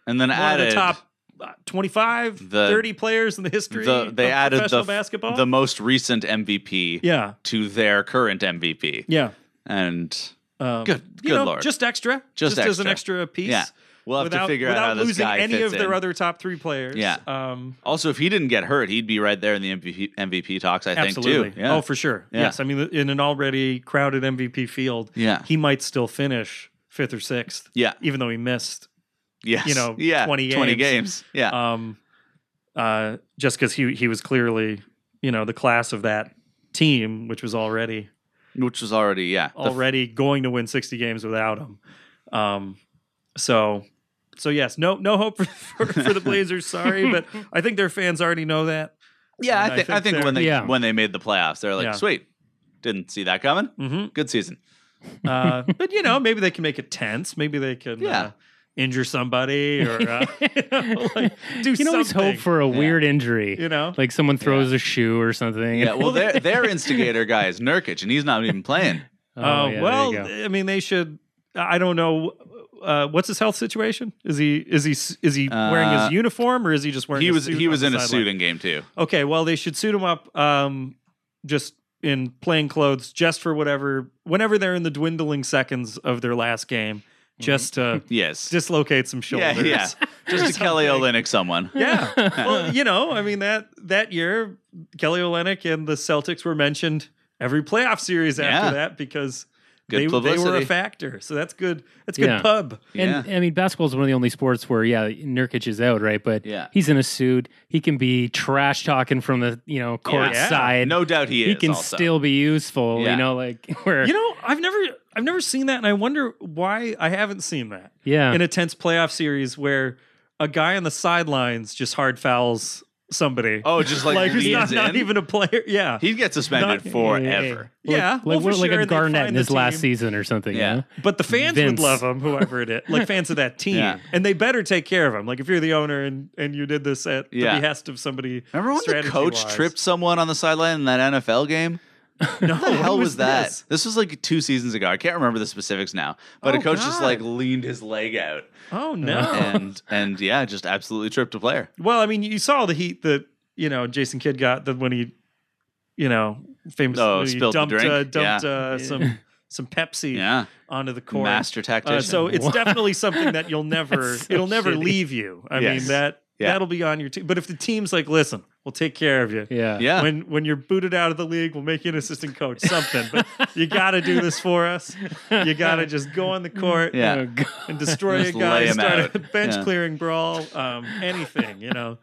And then one added of the top uh, 25, The- 30 players in the history the they of added the professional f- basketball. the most recent MVP yeah, to their current MVP, yeah. and Um, Good- you good know, lord. Just extra, Just as an extra piece. Yeah. We'll have without, to figure out without how this losing guy any fits of their in. other top three players. Yeah. Um, Also, if he didn't get hurt, he'd be right there in the MVP, MVP talks. I absolutely. think too. Yeah. Oh, for sure. Yeah. Yes. I mean, in an already crowded MVP field, Yeah. he might still finish fifth or sixth, yeah. even though he missed Yes. you know, yeah. 20 Twenty games. games. Yeah. um, uh, just because he he was clearly you know the class of that team, which was already Which was already yeah. The f- already going to win sixty games without him. Um, so so yes, no no hope for, for, for the (laughs) Blazers. Sorry, but I think their fans already know that. yeah. I and I think I think think they're- when they Yeah. when they made the playoffs, they're like, Yeah. sweet, didn't see that coming. hmm Good season. Uh, but you know maybe they can make it tense. Maybe they can Yeah. uh, injure somebody or (laughs) uh, (laughs) you know, like, do you can always hope something, for a Yeah. weird injury, you know. like someone throws a shoe or something. Yeah. Well, (laughs) their their instigator guy is Nurkic, and he's not even playing. (laughs) Oh, Oh, yeah, there you well, go. I mean, they should. I don't know. Uh, what's his health situation? Is he is he is he wearing Uh, his uniform (laughs) or is he just wearing? He a was suit he on was the in a sideline? suit in game two. Okay, well, they should suit him up, um, just in plain clothes, just for whatever. Whenever they're in the dwindling seconds of their last game, just to Yes. dislocate some yeah. shoulders. Yeah. (laughs) Just (laughs) to Kelly Olynyk, someone. Yeah. Well, you know, I mean that that year, Kelly Olynyk and the Celtics were mentioned every playoff series after Yeah. that because Good they, they were publicity. a factor. So that's good. That's good Yeah. pub. Yeah. And I mean, basketball is one of the only sports where, yeah, Nurkic is out, right? But Yeah. he's in a suit. He can be trash talking from the you know court Yeah. side. No doubt he, he is. can also. still be useful. Yeah. You know, like (laughs) where (laughs) You know, I've never I've never seen that, and I wonder why I haven't seen that yeah, in a tense playoff series where a guy on the sidelines just hard fouls somebody. Oh, just like, (laughs) like who's not, leans not in? even a player. Yeah. He'd get suspended Not- forever. yeah. like well, we're- for like sure, a they Garnett find in the his last team. season or something. Yeah. you know? But the fans Vince. would love him, whoever it is. (laughs) Like fans of that team. Yeah. And they better take care of him. Like if you're the owner and, and you did this at Yeah. the behest of somebody. Remember when the coach strategy-wise. tripped someone on the sideline in that NFL game? (laughs) No, What the hell was, that? Oh, this? This? was like two seasons ago. I can't remember the specifics now, but Oh, a coach just God. like leaned his leg out Uh, Oh no. and and yeah, just absolutely tripped a player. Well, I mean, you saw the heat that you know Jason Kidd got that when he, you know, famously Oh, spilled the dumped drink? Uh, dumped Yeah. uh, some some Pepsi Yeah, onto the court. master tactician. Uh, so it's Wow. definitely something (laughs) that you'll never That's so it'll never shitty. leave you. I Yes. mean that Yeah. that'll be on your team. But if the team's like, listen, we'll take care of you. yeah, yeah, When when you're booted out of the league, we'll make you an assistant coach. Something, but you got to do this for us. You (laughs) got to just go on the court Yeah. Oh, God. and destroy Just a guy, lay him start a out. bench Yeah. clearing brawl, um, anything, you know,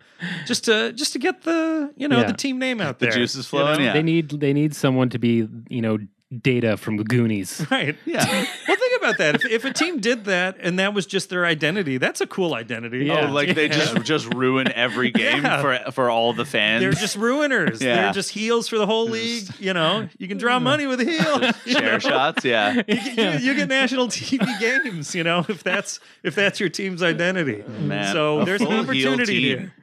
just to just to get the you know Yeah. the team name out the there. juices you know? flowing. They need they need someone to be you know data from the Goonies. Right. Yeah, yeah. (laughs) Well, think about that. If, if a team did that and that was just their identity, that's a cool identity. Yeah. Oh, like they Yeah. just just ruin (laughs) every game Yeah. for for all the fans. They're just (laughs) ruiners. Yeah. They're just heels for the whole league. You know, you can draw money with a (laughs) heel. You, chair shots. (laughs) Yeah, you- you get national TV games. You know, if that's if that's your team's identity. man. So A there's an full heel opportunity team. here.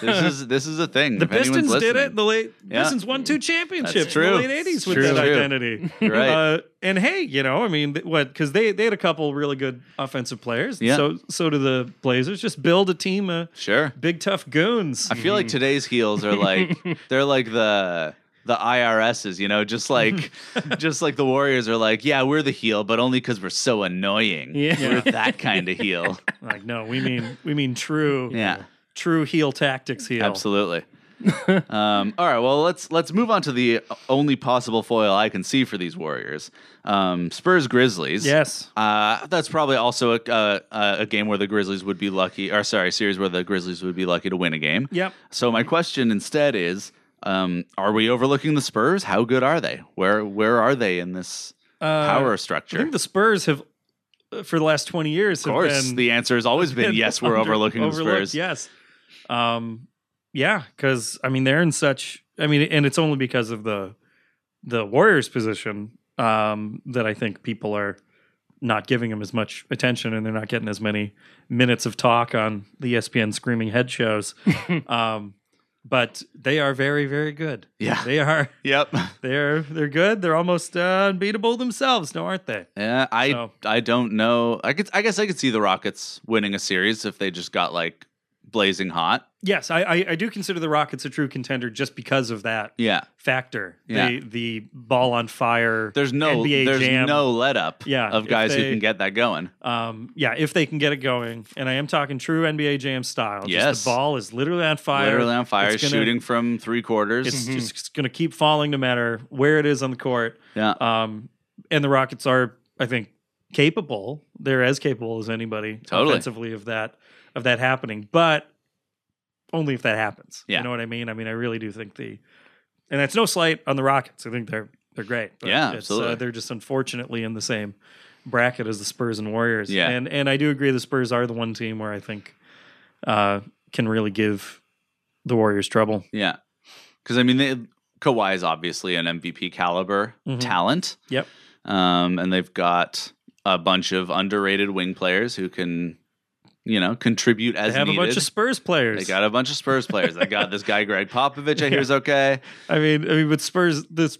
This is this is a thing. The if anyone's Pistons did listening. it. The late Yeah. Pistons won two championships true. in the late It's '80s with true. that True. identity. (laughs) You're right. Uh, and hey, you know, I mean, th- what? Because they they had a couple really good offensive players. Yeah. So so do the Blazers. Just build a team of Sure. big tough goons. (laughs) I feel like today's heels are like they're like the the IRSs, you know, just like just like the Warriors are like, yeah, we're the heel, but only because we're so annoying. Yeah. We're that kind of heel. like no, we mean we mean true. Yeah. True heel tactics heel. Absolutely. um, all right, well let's let's move on to the only possible foil I can see for these Warriors. Um, Spurs Grizzlies. Yes. Uh, that's probably also a, a a game where the Grizzlies would be lucky, or sorry, series where the Grizzlies would be lucky to win a game. Yep. So my question instead is, um, are we overlooking the Spurs? How good are they? Where where are they in this Uh, power I structure? think the Spurs have, uh, for the last twenty years, of course, have been the answer has always been (laughs) been yes. We're under- overlooking the overlooked, Spurs. Yes. Um, yeah, because I mean they're in such. I mean, and it's only because of the the Warriors' position um, that I think people are not giving them as much attention, and they're not getting as many minutes of talk on the E ESPN screaming (laughs) head shows. um, but they are very, very good. Yeah. they are. Yep. They're they're good. They're almost uh, unbeatable themselves, no, aren't they? Yeah, I So- I don't know. I could I guess I could see the Rockets winning a series if they just got like blazing hot. yes, I, I I do consider the Rockets a true contender just because of that Yeah. factor. Yeah. The the ball on fire. There's no NBA there's Jam. no let up Yeah, of if guys who they- can get that going. um, yeah, if they can get it going, and I am talking true NBA Jam style. Yes. just the ball is literally on fire. Literally on fire, It's gonna- shooting from three quarters. It's just going to keep falling no matter where it is on the court. yeah. Um, and the Rockets are, I think, capable. They're as capable as anybody Totally. offensively of that of that happening, but only if that happens. Yeah. You know what I mean? I mean, I really do think the, and that's no slight on the Rockets. I think they're they're great. but Yeah, it's, absolutely. Uh, they're just unfortunately in the same bracket as the Spurs and Warriors. Yeah. and and I do agree the Spurs are the one team where I think uh, can really give the Warriors trouble. Yeah. Because I mean, they, Kawhi is obviously an MVP caliber Mhm. talent. Yep. Um, and they've got a bunch of underrated wing players who can, you know, contribute as They have needed. a bunch of Spurs players. they got a bunch of Spurs players. They got this guy Greg Popovich. I (laughs) Yeah. hear is okay. I mean, I mean, but Spurs. This,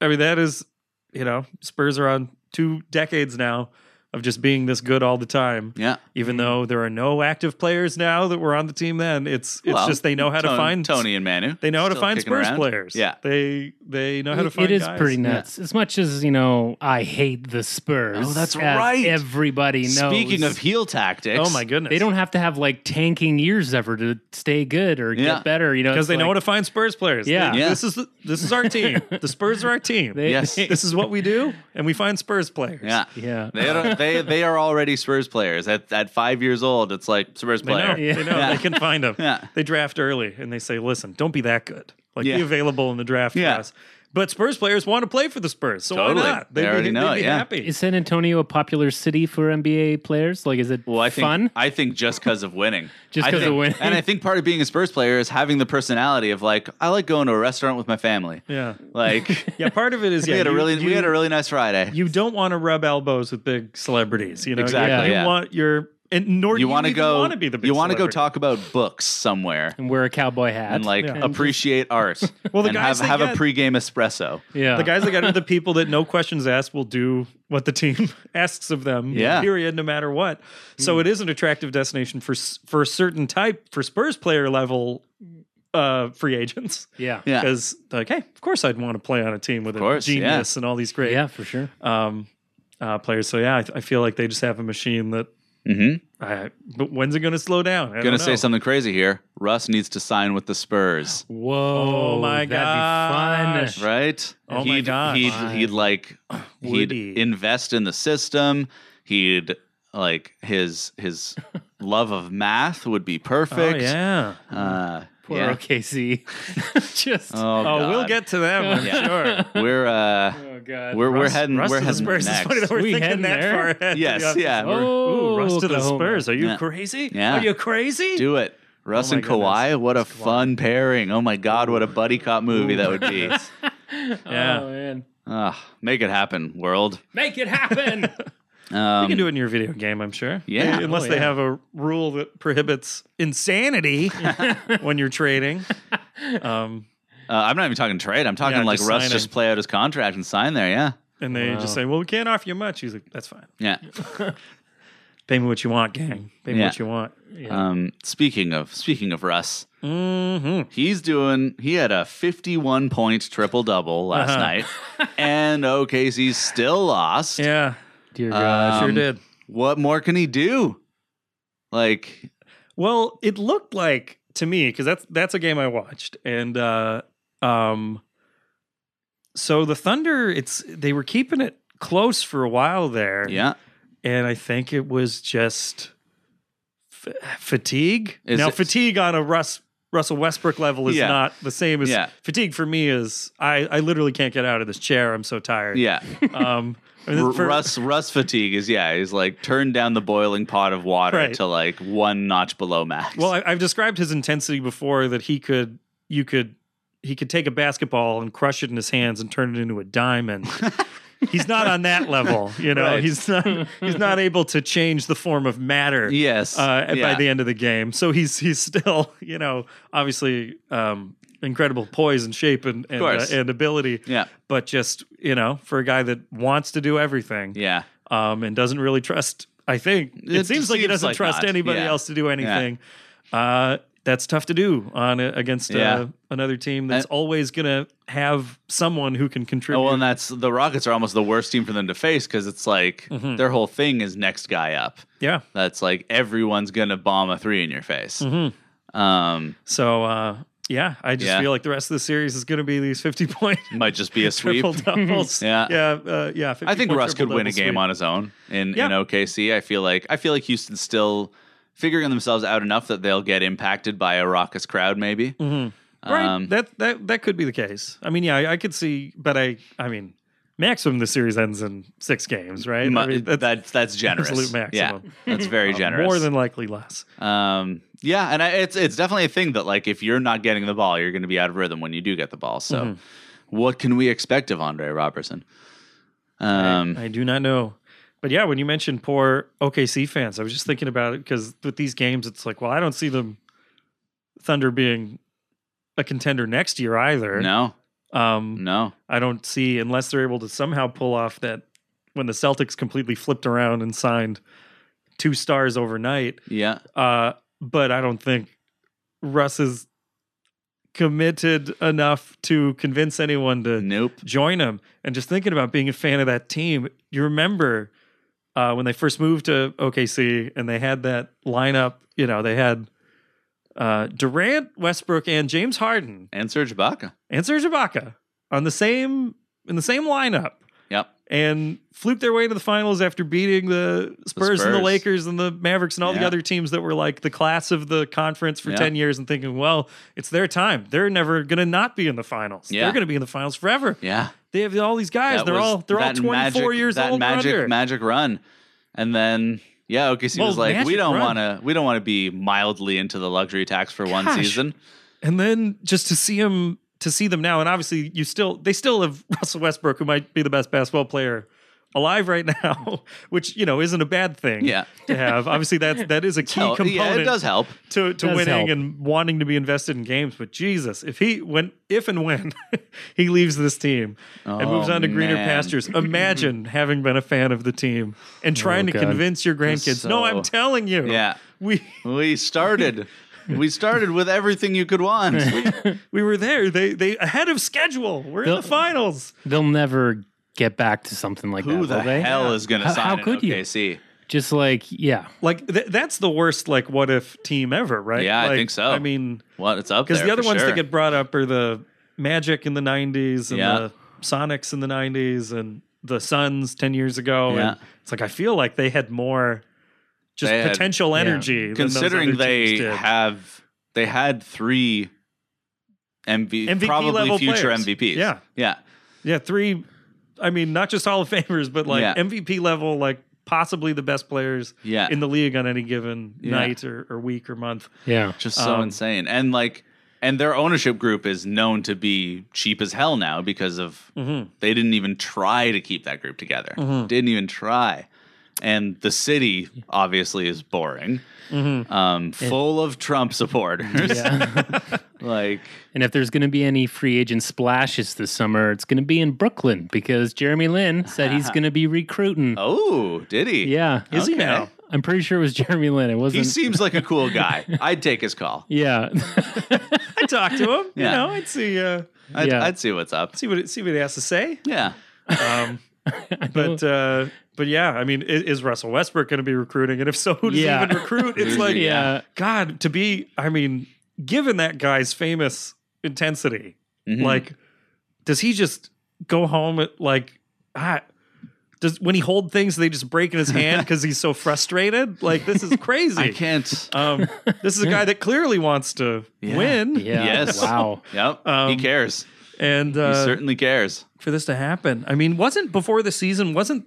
I mean, that is, you know, Spurs are on two decades now of just being this good all the time. Yeah, Even though there are no active players now that were on the team, then it's it's Well, just they know how to Tony- find Tony and Manu. They know how to Still find kicking Spurs around. players. Yeah, they they know how (laughs) to It- find. it is guys. pretty nuts. As much as you know, I hate the Spurs. Oh, that's as right. Everybody knows. Speaking of heel tactics, Oh my goodness! they don't have to have like tanking years ever to stay good or Yeah. get better. You know, because it's they know like- how to find Spurs players. Yeah. They- Yeah. this is the, this is our team. (laughs) the Spurs are our team. They, Yes. this is what we do, and we find Spurs players. yeah, yeah. they are, they they are already Spurs players at at five years old. It's like Spurs They know. player. They know. Yeah. They can find them. Yeah. They draft early and they say, "Listen, don't be that good. Like, Yeah. be available in the draft Yeah. for us." But Spurs players want to play for the Spurs, so Totally. why not? They already know it, they'd be yeah. happy. Is San Antonio a popular city for NBA players? Like, is it Well, I think fun? I think just because of (laughs) winning, Just I 'cause of think- winning. and I think part of being a Spurs player is having the personality of like I like going to a restaurant with my family. yeah, (laughs) Like yeah. Part of it (laughs) is we yeah, had a you- really you, we had a really nice Friday. you don't want to rub elbows with big celebrities, you know. Exactly, You, you yeah. want your and nor you do want to even go want to be the big you want to go celebrity. talk about books somewhere and wear a cowboy hat and like Yeah. And appreciate art. (laughs) Well, the and guys have that have a get- pregame espresso. yeah. The guys that got into the people that no questions asked will do what the team (laughs) asks of them. Yeah. Period. No matter what. So it is an attractive destination for s- for a certain type for Spurs player level uh, free agents yeah, yeah, Yeah, because like, hey, of course I'd want to play on a team with Of course, a genius and all these great for sure. um, uh, players. So yeah, I, I feel like they just have a machine that. Mhm. I, but when's it going to slow down? I gonna don't say know. something crazy here. Russ needs to sign with the Spurs, Whoa! Oh my that'd be gosh. fun. right? Oh my he'd, gosh. He'd he'd (clears throat) like he'd Would he? invest in the system. He'd like his his love of math would be Oh perfect. yeah. Uh, Poor yeah. OKC. Just Oh, oh, Oh, we'll God. get (laughs) to them. I'm Yeah. (laughs) sure. We're uh, god. we're we're Russ- heading Russ we're to the heading Spurs. (laughs) It's next. funny that we're We thinking heading that there? far ahead. Yes, yeah. we're- Ooh, Russ to Oh, the Oklahoma. Spurs. Are you Yeah. crazy? Yeah. Are you crazy? Do it. Russ Oh my and Kawhi, goodness. what a Russ Kawhi. fun pairing. Oh my God, what a buddy cop movie that would be. (laughs) Yeah. Oh man, Ugh, make it happen, world. make it happen. Um, you can do it in your video game, I'm sure. Yeah. They- unless Oh, they yeah. have a rule that prohibits (laughs) insanity when you're trading. Um, uh, I'm not even talking trade. I'm talking Yeah, like just Russ signing. just play out his contract and sign there. Yeah. and they Wow. just say, well, we can't offer you much. He's like, that's fine. Yeah. Pay me what you want, gang. Pay me Yeah. what you want. Um, speaking of speaking of Russ, Mm-hmm. he's doing he had a 51 point triple double last Uh-huh. (laughs) night, and OKC still lost. Yeah. Dear God. sure Um, did. What more can he do? Like, Well, it looked like to me because that's that's a game I watched, and uh, um, so the Thunder, it's they were keeping it close for a while there, (laughs) yeah. and I think it was just f- fatigue. Is now, it- fatigue on a Russ. Russell Westbrook level is Yeah. not the same as Yeah. fatigue for me is I, I literally can't get out of this chair. I'm so tired. Yeah. Um, I mean, R- for- Russ Russ fatigue is yeah. He's like turned down the boiling pot of water Right. to like one notch below max. Well, I, I've described his intensity before that he could, you could, he could take a basketball and crush it in his hands and turn it into (laughs) a diamond. he's not on that level, you know. Right. He's not. He's not able to change the form of matter. yes. Uh, yeah. By the end of the game, so he's he's still, (laughs) you know, obviously um, incredible poise and shape and and, uh, course. and ability. yeah. But just you know, for a guy that wants to do everything, Yeah. um, and doesn't really trust. I think it, It seems like he seems doesn't like trust not. anybody Yeah. else to do anything. Uh, that's tough to do on a, against Yeah. uh, another team that's And- always going to have someone who can contribute. Oh, well, and that's the Rockets are almost the worst team for them to face because it's like Mhm. their whole thing is next guy up. yeah. That's like everyone's gonna bomb a three in your face. Mhm. Um, So uh, yeah, I just Yeah. feel like the rest of the series is going to be these fifty point (laughs) (laughs) might just be a sweep. triple doubles. (laughs) Yeah. yeah, uh, yeah. 50 I think point Russ could win a triple-double game sweep. on his own in, Yeah. in OKC. I feel like I feel like Houston's still figuring themselves out enough that they'll get impacted by a raucous crowd, maybe. Mm-hmm. right? Um, that that that could be the case. I mean, yeah, I, I could see, but I, I mean, maximum the series ends in six games, right? I Mu- mean, that's, that's generous. absolute Yeah, maximum. that's very (laughs) uh, generous. More than likely less. Um, yeah, and I, it's it's definitely a thing that like if you're not getting the ball, you're going to be out of rhythm when you do get the ball. So, Mm-hmm. what can we expect of Andre Robertson? Um, I do not know. But yeah, when you mentioned poor OKC fans, I was just thinking about it because with these games, it's like, well, I don't see them Thunder being a contender next year either. no, Mm. Um, no, I don't see unless they're able to somehow pull off that when the Celtics completely flipped around and signed two stars overnight. yeah, Uh, but I don't think Russ is committed enough to convince anyone to nope. join him. And just thinking about being a fan of that team, you remember uh, when they first moved to OKC and they had that lineup. You know, they had uh, Durant, Westbrook, and James Harden And Serge Ibaka. and Serge Ibaka on the same in the same lineup. Yep. And fluked their way to the finals after beating the Spurs, and the Spurs. Lakers and the Mavericks and all the Yeah. other teams that were like the class of the conference for Yeah. 10 years and thinking, well, it's their time. They're never going to not be in the finals. Yeah. They're going to be in the finals forever. Yeah. They have all these guys. That they're was- all they're all that 24 magic- years that old. or Magic under. magic run, and then yeah, OKC Well, was like, we magic don't run. want to we don't want to be mildly into the luxury tax for one Gosh. season. and then just to see him to see them now, and obviously you still they still have (laughs) Russell Westbrook, who might be the best basketball player alive right (laughs) now, which you know isn't a bad thing. Yeah. to have obviously that that is a key Oh, component. yeah, it does help. to, to Does winning help. and wanting to be invested in games. But Jesus, if he when if and when (laughs) he leaves this team and moves Oh, on to greener man. pastures, imagine having been a fan of the team and trying to Oh, God. convince your grandkids. no, I'm So- telling you. Yeah. We We started. We started with everything you could (laughs) want. we were there. They they ahead of schedule. We're in They'll- the finals. They'll never get back to something like that. Who the will they? hell is going to How- sign how an could you? OKC? Just like yeah, Like th- that's the worst like what if team ever, right? Yeah, I Like, think so. I mean, What? It's up there. because the other for ones sure. that get brought up are the Magic in the '90s and Yeah. the Sonics in the '90s and the Suns ten years ago. Yeah. And it's like I feel like they had more just They had- potential yeah. energy. than those considering other they teams did. have they had three MV, MVP probably level future players. MVPs. Yeah. yeah, yeah, three. I mean, not just Hall of Famers, but like Yeah. MVP level, like possibly the best players yeah. in the league on any given Yeah. night or, or week or month. yeah. Just so um, insane, and like, and their ownership group is known to be cheap as hell now because of Mm-hmm. they didn't even try to keep that group together. Mhm. Didn't even try. And the city obviously is boring, Mm-hmm. um, full of Trump supporters. Yeah. (laughs) like, and if there's going to be any free agent splashes this summer, it's going to be in Brooklyn because Jeremy Lin said he's going to be recruiting. oh, did he? Yeah, Is he Okay. now? I'm pretty sure it was Jeremy Lin. It He wasn't. seems like a cool guy. I'd take his call. yeah, (laughs) I talked to him. Yeah. You know, I'd see uh, I'd, Yeah. I'd see what's up. see what see what he has to say. Yeah. Um, but uh, but yeah, I mean, is, is Russell Westbrook going to be recruiting? And if so, who does Yeah. he (laughs) even recruit? It's Who's like, he? yeah. God, to be, I mean, given that guy's famous intensity, Mhm. like, does he just go home at like, ah, does when he hold things, they just break in his hand (laughs) because he's so frustrated? Like, this is I crazy. can't. (laughs) Um, this is a guy that clearly wants to Yeah. win, Yeah. Yes. Wow. Yep. he Um, cares. and He uh, certainly cares. for this to happen. I mean, wasn't before the season, wasn't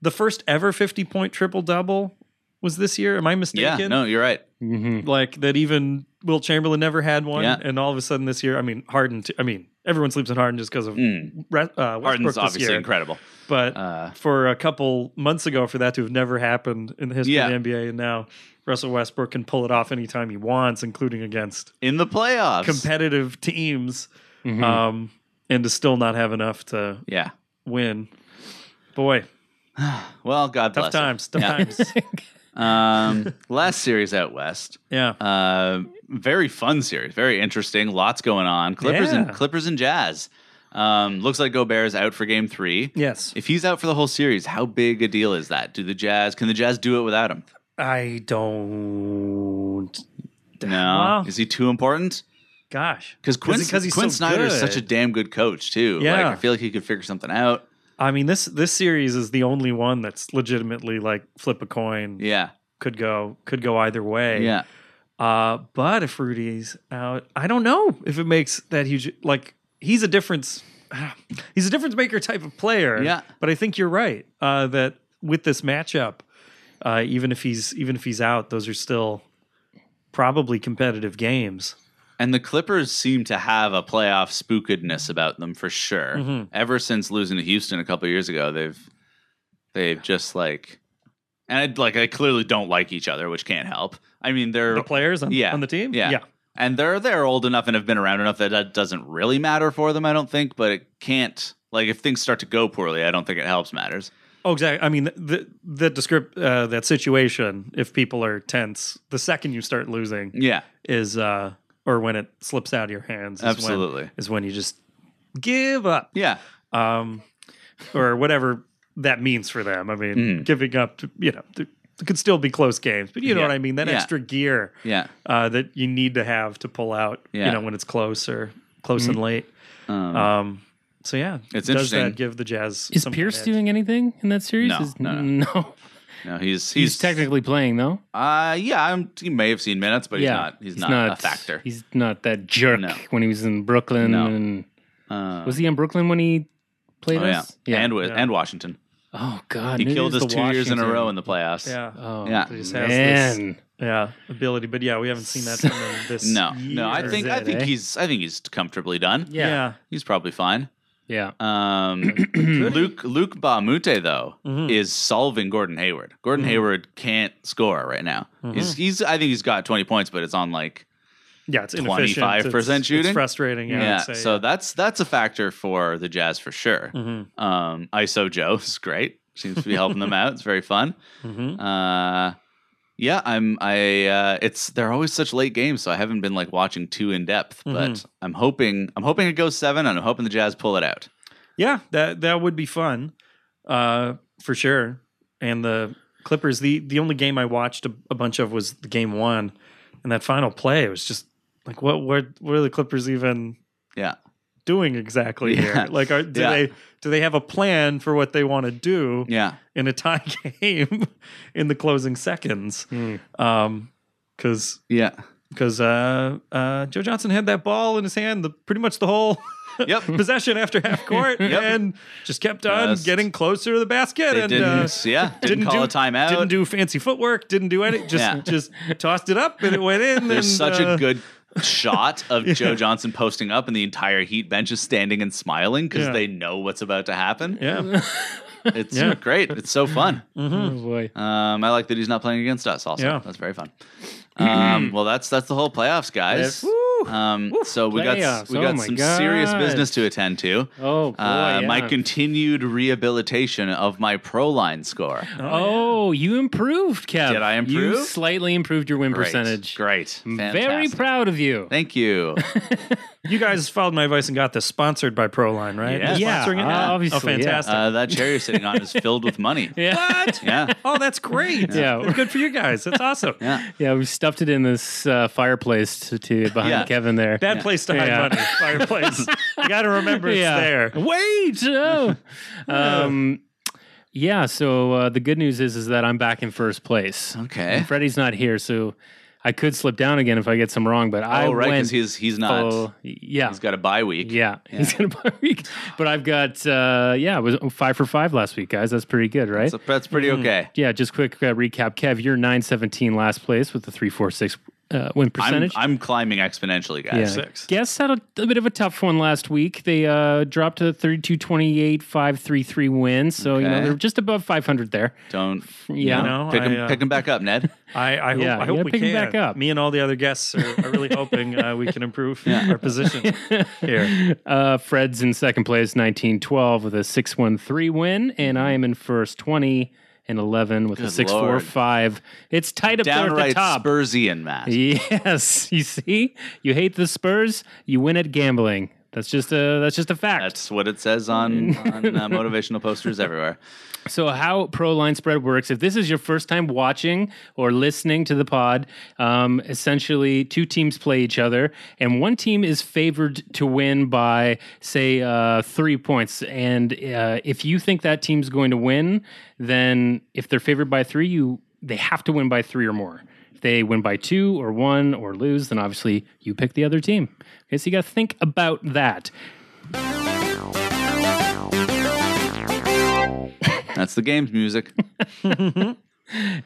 the first ever 50 point triple double was this year? Am I Yeah. mistaken? No, you're right. hmm Like that even Will Chamberlain never had one. Yeah. And all of a sudden this year, I mean, Harden, t- I mean, everyone sleeps on Harden just because of Mm. Re- uh, Westbrook Harden's this obviously year. incredible. But Uh, for a couple months ago, for that to have never happened in the history Yeah. of the NBA, and now Russell Westbrook can pull it off anytime he wants, including against in the playoffs. competitive teams, Mm-hmm. Mhm. um, and to still not have enough to yeah. win. Boy, Well, God tough bless. him. times, (laughs) tough Yeah. times. (laughs) Um, last series out west. Yeah. Uh, very fun series, very interesting. Lots going on. Clippers Yeah. and Clippers and Jazz. Um, looks like Gobert is out for Game Three. yes. If he's out for the whole series, how big a deal is that? Do the Jazz? Can the Jazz do it without him? I don't. No. Wow. Is he too important? Gosh. Because Quinn, he- 'cause he's Quinn so Snyder is such a good. damn good coach too. Like Yeah. I feel like he could figure something out. I mean, this this series is the only one that's legitimately like flip a coin. Yeah. Could go could go either way. Yeah. Uh, but if Rudy's out, I don't know if it makes that huge. Like he's a difference. (sighs) He's a difference maker type of player. Yeah. But I think you're right uh, that with this matchup, uh, even if he's even if he's out, those are still probably competitive games. And the Clippers seem to have a playoff spookedness about them for sure. Mhm. Ever since losing to Houston a couple years ago, they've they've just like and I'd, like they clearly don't like each other, which can't help. I mean, they're The players on, yeah, on the team. yeah. Yeah. and they're they're old enough and have been around enough that that doesn't really matter for them, I don't think. But it can't like if things start to go poorly, I don't think it helps matters. Oh, exactly. I mean, the, the descript uh, that situation. If people are tense, the second you start losing Yeah, is, uh, or when it slips out of your hands, is When, absolutely. is when you just give up, Yeah, um, or whatever that means for them. I mean, Mhm. giving up, to, you know, th- it could still be close games, but you know Yeah. what I mean. That Yeah. extra gear yeah. uh, that you need to have to pull out, Yeah. Mm-hmm. you know, when it's close or close and late. Um, Um, so yeah, It's does interesting. that give the Jazz? Is some kind of Pierce edge? doing anything in that series? No, Is- no, (laughs) no. no, he's he's, He's, technically playing though. Uh, yeah, I'm, he may have seen minutes, but he's not. He's, not, a factor. He's not that jerk No. when he was in Brooklyn. No. And Uh, was he in Brooklyn when he played oh, yeah. us? and with, yeah. and Washington, oh God, he maybe it killed was us the two years in a row Washington. in the playoffs. Yeah. Oh Yeah. He just has this- man, yeah ability but yeah we haven't seen that from him this (laughs) No, no, I year. think I it, think eh? he's I think he's comfortably done. yeah, yeah, He's probably fine. yeah. (clears throat) Um, Luke Luke Bamute though Mhm. is solving Gordon Hayward. Gordon Mm-hmm. Hayward can't score right now. He's, he's I think he's got 20 points, but it's on like Yeah, it's inefficient 25% It's- shooting? it's frustrating yeah, yeah. I'd say, so yeah. that's that's a factor for the Jazz for sure. Mhm. Um, ISO Joe is great. Seems to be helping (laughs) them out. It's very fun. Mhm. Uh, yeah, I'm. I uh, it's they're always such late games, so I haven't been like watching too in depth. Mm-hmm. But I'm hoping I'm hoping it goes seven, and I'm hoping the Jazz pull it out. yeah that that would be fun uh for sure and the clippers the the only game i watched a, a bunch of was the game one and that final play it was just like what what what are the clippers even Yeah. doing (laughs) exactly Yeah. here like are, do Yeah. they do they have a plan for what they want to do Yeah, in a tie (laughs) game in the closing seconds Hmm. um because yeah, because uh, uh, Joe Johnson had that ball in his hand the, pretty much the whole (laughs) yep. possession after (laughs) half court Yep. and just kept on Just- getting closer to the basket They and didn't. uh, (laughs) yeah, didn't, didn't call do- a timeout. didn't do fancy footwork, didn't do any, just Yeah. just tossed it up and it (laughs) went in. There's and, such uh, a good shot (laughs) of Joe Johnson posting up, and the entire Heat bench is standing and smiling because Yeah. they know what's about to happen. (laughs) yeah. It's Yeah. great. It's so fun. Oh boy. Um, I like that he's not playing against us. Also, Yeah. that's very fun. (clears throat) Um, well, that's that's the whole playoffs, guys. Um, so we got s- playoffs. we Oh got my some serious God. business to attend to. Oh boy. Uh, yeah. My continued rehabilitation of my Proline score. Oh, you improved, Kev. Did I You improve? slightly improved your win Great. percentage. Great. I'm Very Fantastic. proud of you. (laughs) Thank you. You guys followed my advice and got this sponsored by Proline, right? Yeah. You're Yeah, sponsoring it? uh, obviously, Oh, fantastic. Uh, that chair you're sitting on is filled with money. (laughs) yeah. What? (laughs) Yeah. Oh, that's great. Yeah. That's good for you guys. That's awesome. (laughs) Yeah. Yeah, we stuffed it in this uh, fireplace to, to behind Yeah. Kevin there. Bad place to hide Yeah. money. Fireplace. you got to remember it's (laughs) Yeah. there. Wait. (laughs) Oh. um, yeah. So uh, the good news is is that I'm back in first place. Okay. Freddie's not here, so I could slip down again if I get some wrong. But I Oh, right, went. because he's he's not. full- yeah. He's got a bye week. yeah, he's gonna (laughs) buy a week, but I've got uh, yeah, it was five for five last week, guys. That's pretty good, right? So that's pretty Mm. okay. yeah, just quick uh, recap, Kev. You're nine seventeen last place with the three four six uh, win I'm, percentage. I'm climbing exponentially, Yeah. guys. Six. Guess had a, a bit of a tough one last week. They uh, dropped to 32 28, 5 3 3 win. So, you know, Okay. they're just above 500 there. Don't Yeah. You know, pick I, him uh, pick him back up, Ned. (laughs) I, I hope, Yeah, I you hope gotta we pick 'em can. back up. Me and all the other guests are, (laughs) are really hoping uh, we can improve our position here. Uh, Fred's in second place, nineteen twelve with a 6 1 3 win. And I am in first, 20 and 11 with a Good six four Lord. five. It's tight up there at the Downright top. Spursian math. Yes, (laughs) you see, you hate the Spurs, you win at gambling. That's just a that's just a fact. That's what it (laughs) says on, on uh, motivational posters everywhere. So, how pro line spread works, if this is your first time watching or listening to the pod, um, essentially two teams play each other, and one team is favored to win by, say, uh, three points. And uh, if you think that team's going to win, then if they're favored by three, you they have to win by three or more. If they win by two or one or lose, then obviously you pick the other team. Okay, so you got to think about that. That's the game's music.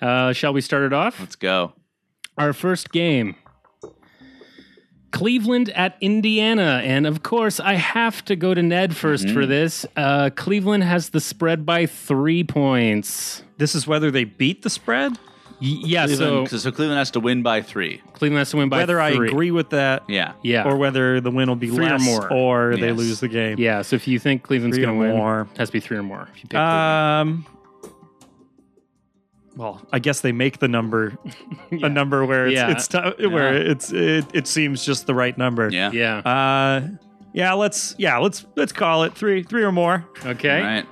Uh, shall we start it off? Let's go. Our first game Cleveland at Indiana. And of course, I have to go to Ned 1st for Mm-hmm. this. Uh, Cleveland has the spread by three points. This is whether they beat the spread. Y- yeah, Cleveland, so so, Cleveland has to win by three. Cleveland has to win by Whether I three. agree with that, Yeah. Yeah. or whether the win will be Three or less, more. they Yes. lose the game. yeah, so if you think Cleveland's Three going or to win, more. it has to be three or more. If you pick Um. Well, I guess they make the number a number where (laughs) it's, Yeah. it's ti- where it's it, it seems just the right number. Yeah. Cleveland. yeah. Uh, yeah. Let's yeah. Let's let's call it three three or more. okay. All right.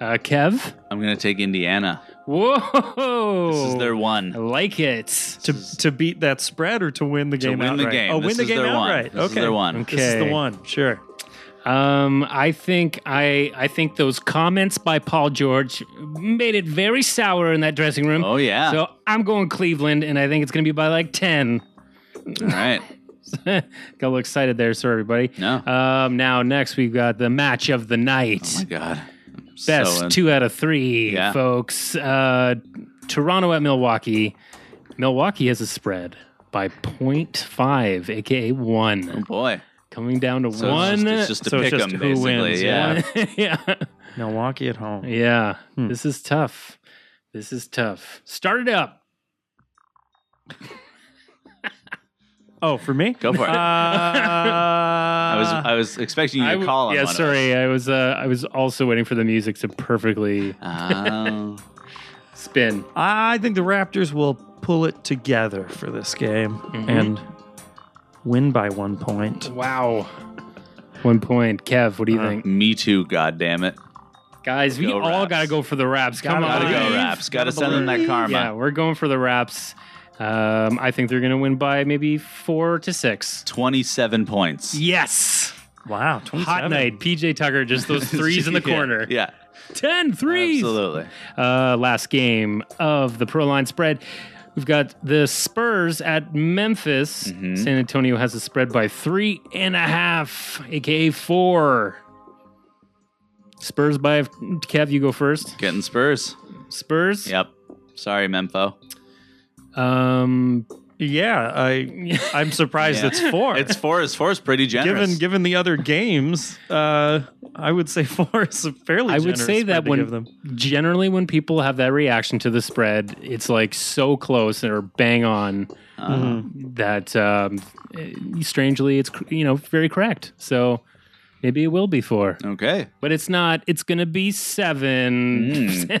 Uh, Kev. I'm going to take Indiana. Whoa. This is their I one. like it. To to beat that spread or to win the To game win the outright? game. Oh, This win the is game their one. outright. This okay. is their one. Okay. This is the one. Sure. Um, I think I I think those comments by Paul George made it very sour in that dressing room. Oh, yeah. So I'm going Cleveland, and I think it's going to be by like ten. All right. Got a little excited there, sorry everybody. No. Um, now next we've got the match of the night. Oh, my God. I'm (laughs) so Best in. two out of three, Yeah. folks. Uh, Toronto at Milwaukee. Milwaukee has a spread by 0.5, aka one, Boy. coming down to Oh. So one. It's just, it's just to so it's pick just 'em, who basically. wins, yeah. (laughs) yeah. Milwaukee at home. Yeah, Hmm. this is tough. This is tough. Start it up. Oh, for me. Go for it. (laughs) Uh, I (laughs) was I was expecting you to I w- call on yeah, one of sorry. I was uh, I was also waiting for the music to perfectly us. Oh. spin. I think the Raptors will pull it together for this game and win by one point. Wow. One point, Kev. What do you Uh, think, Me too, God damn (laughs) it. guys? We go all Raps. gotta go for the raps. Come Gotta on, Gotta go, Believe. Raps. Gotta Gotta send them that believe. karma. Yeah, we're going for the raps. Um, I think they're gonna win by maybe four to six. 27 points. Yes. Wow, Hot 27. night, PJ Tucker, just those (laughs) threes in the Yeah, corner. Yeah. Ten threes. Absolutely. uh, last game of the Pro Line spread. We've got the Spurs at Memphis. San Antonio has a spread by three and a half, aka four. Spurs by Kev, you go first. Getting Spurs. Spurs. Yep. Sorry, Memphis. Um. Yeah, (laughs) I I'm surprised Yeah. it's four. It's four. Is four is pretty generous. given given the other games. Uh, I would say (laughs) four is a fairly. I would generous say spread that to give them. when generally when people have that reaction to the spread, it's like so close or bang on that um, strangely it's you know very correct. So maybe it will be four. okay. but it's not. It's gonna be seven. (laughs)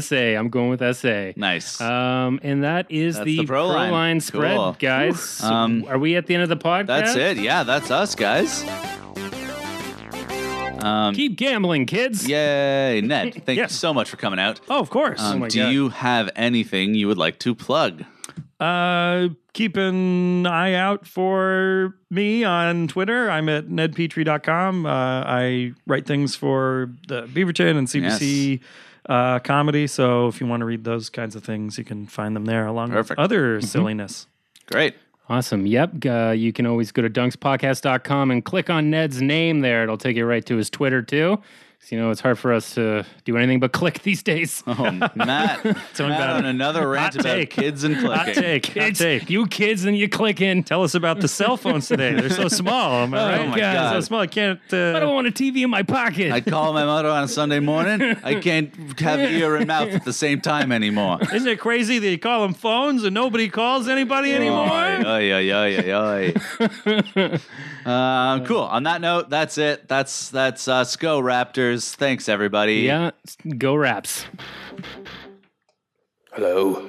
SA. I'm going with SA. Mm. Nice. Uh, Um, and that is That's the, the pro line. spread, Cool. guys. So Um, are we at the end of the podcast? that's it. Yeah, that's us, guys. Um, Keep gambling, kids. yay, (laughs) Ned. Thank you Yes. so much for coming out. Oh, of course. Um, my do God. you have anything you would like to plug? Uh, keep an eye out for me on Twitter. I'm at nedpetrie.com. Uh, I write things for the Beaverton and CBC uh, comedy. So if you want to read those kinds of things, you can find them there along Perfect. with other Mm-hmm. silliness. (laughs) Great. Awesome. Yep. Uh, you can always go to dunkspodcast.com and click on Ned's name there. It'll take you right to his Twitter too. 'Cause, you know it's hard for us to do anything but (laughs) click these (laughs) days. Oh, Matt, Matt about on another rant Hot about take. kids and clicking. Hot take. Hot Kids, take. you kids and you clicking. Tell us about the (laughs) cell phones today. They're so small. Oh, Am I right? my They're God. So small. I can't. I don't Uh, want a TV in my pocket. I call my mother on a Sunday morning. I can't have ear and mouth at the same time anymore. isn't it crazy that you call them phones and nobody calls Oh, anybody anymore? Oy, oy, oy, oy, oy, oy. Um, cool. On that note, that's it. That's that's us. Go Raptors. Thanks everybody. yeah. Go Raps. Hello?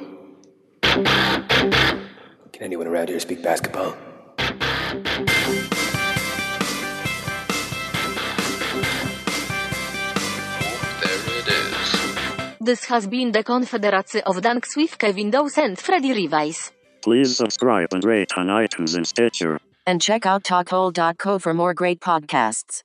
Can anyone around here speak basketball? There it is. This has been the Confederacy of Dunks with Kevin Dawes and Freddy Rivies. Please subscribe and rate on iTunes and Stitcher. And check out talkhole.co for more great podcasts.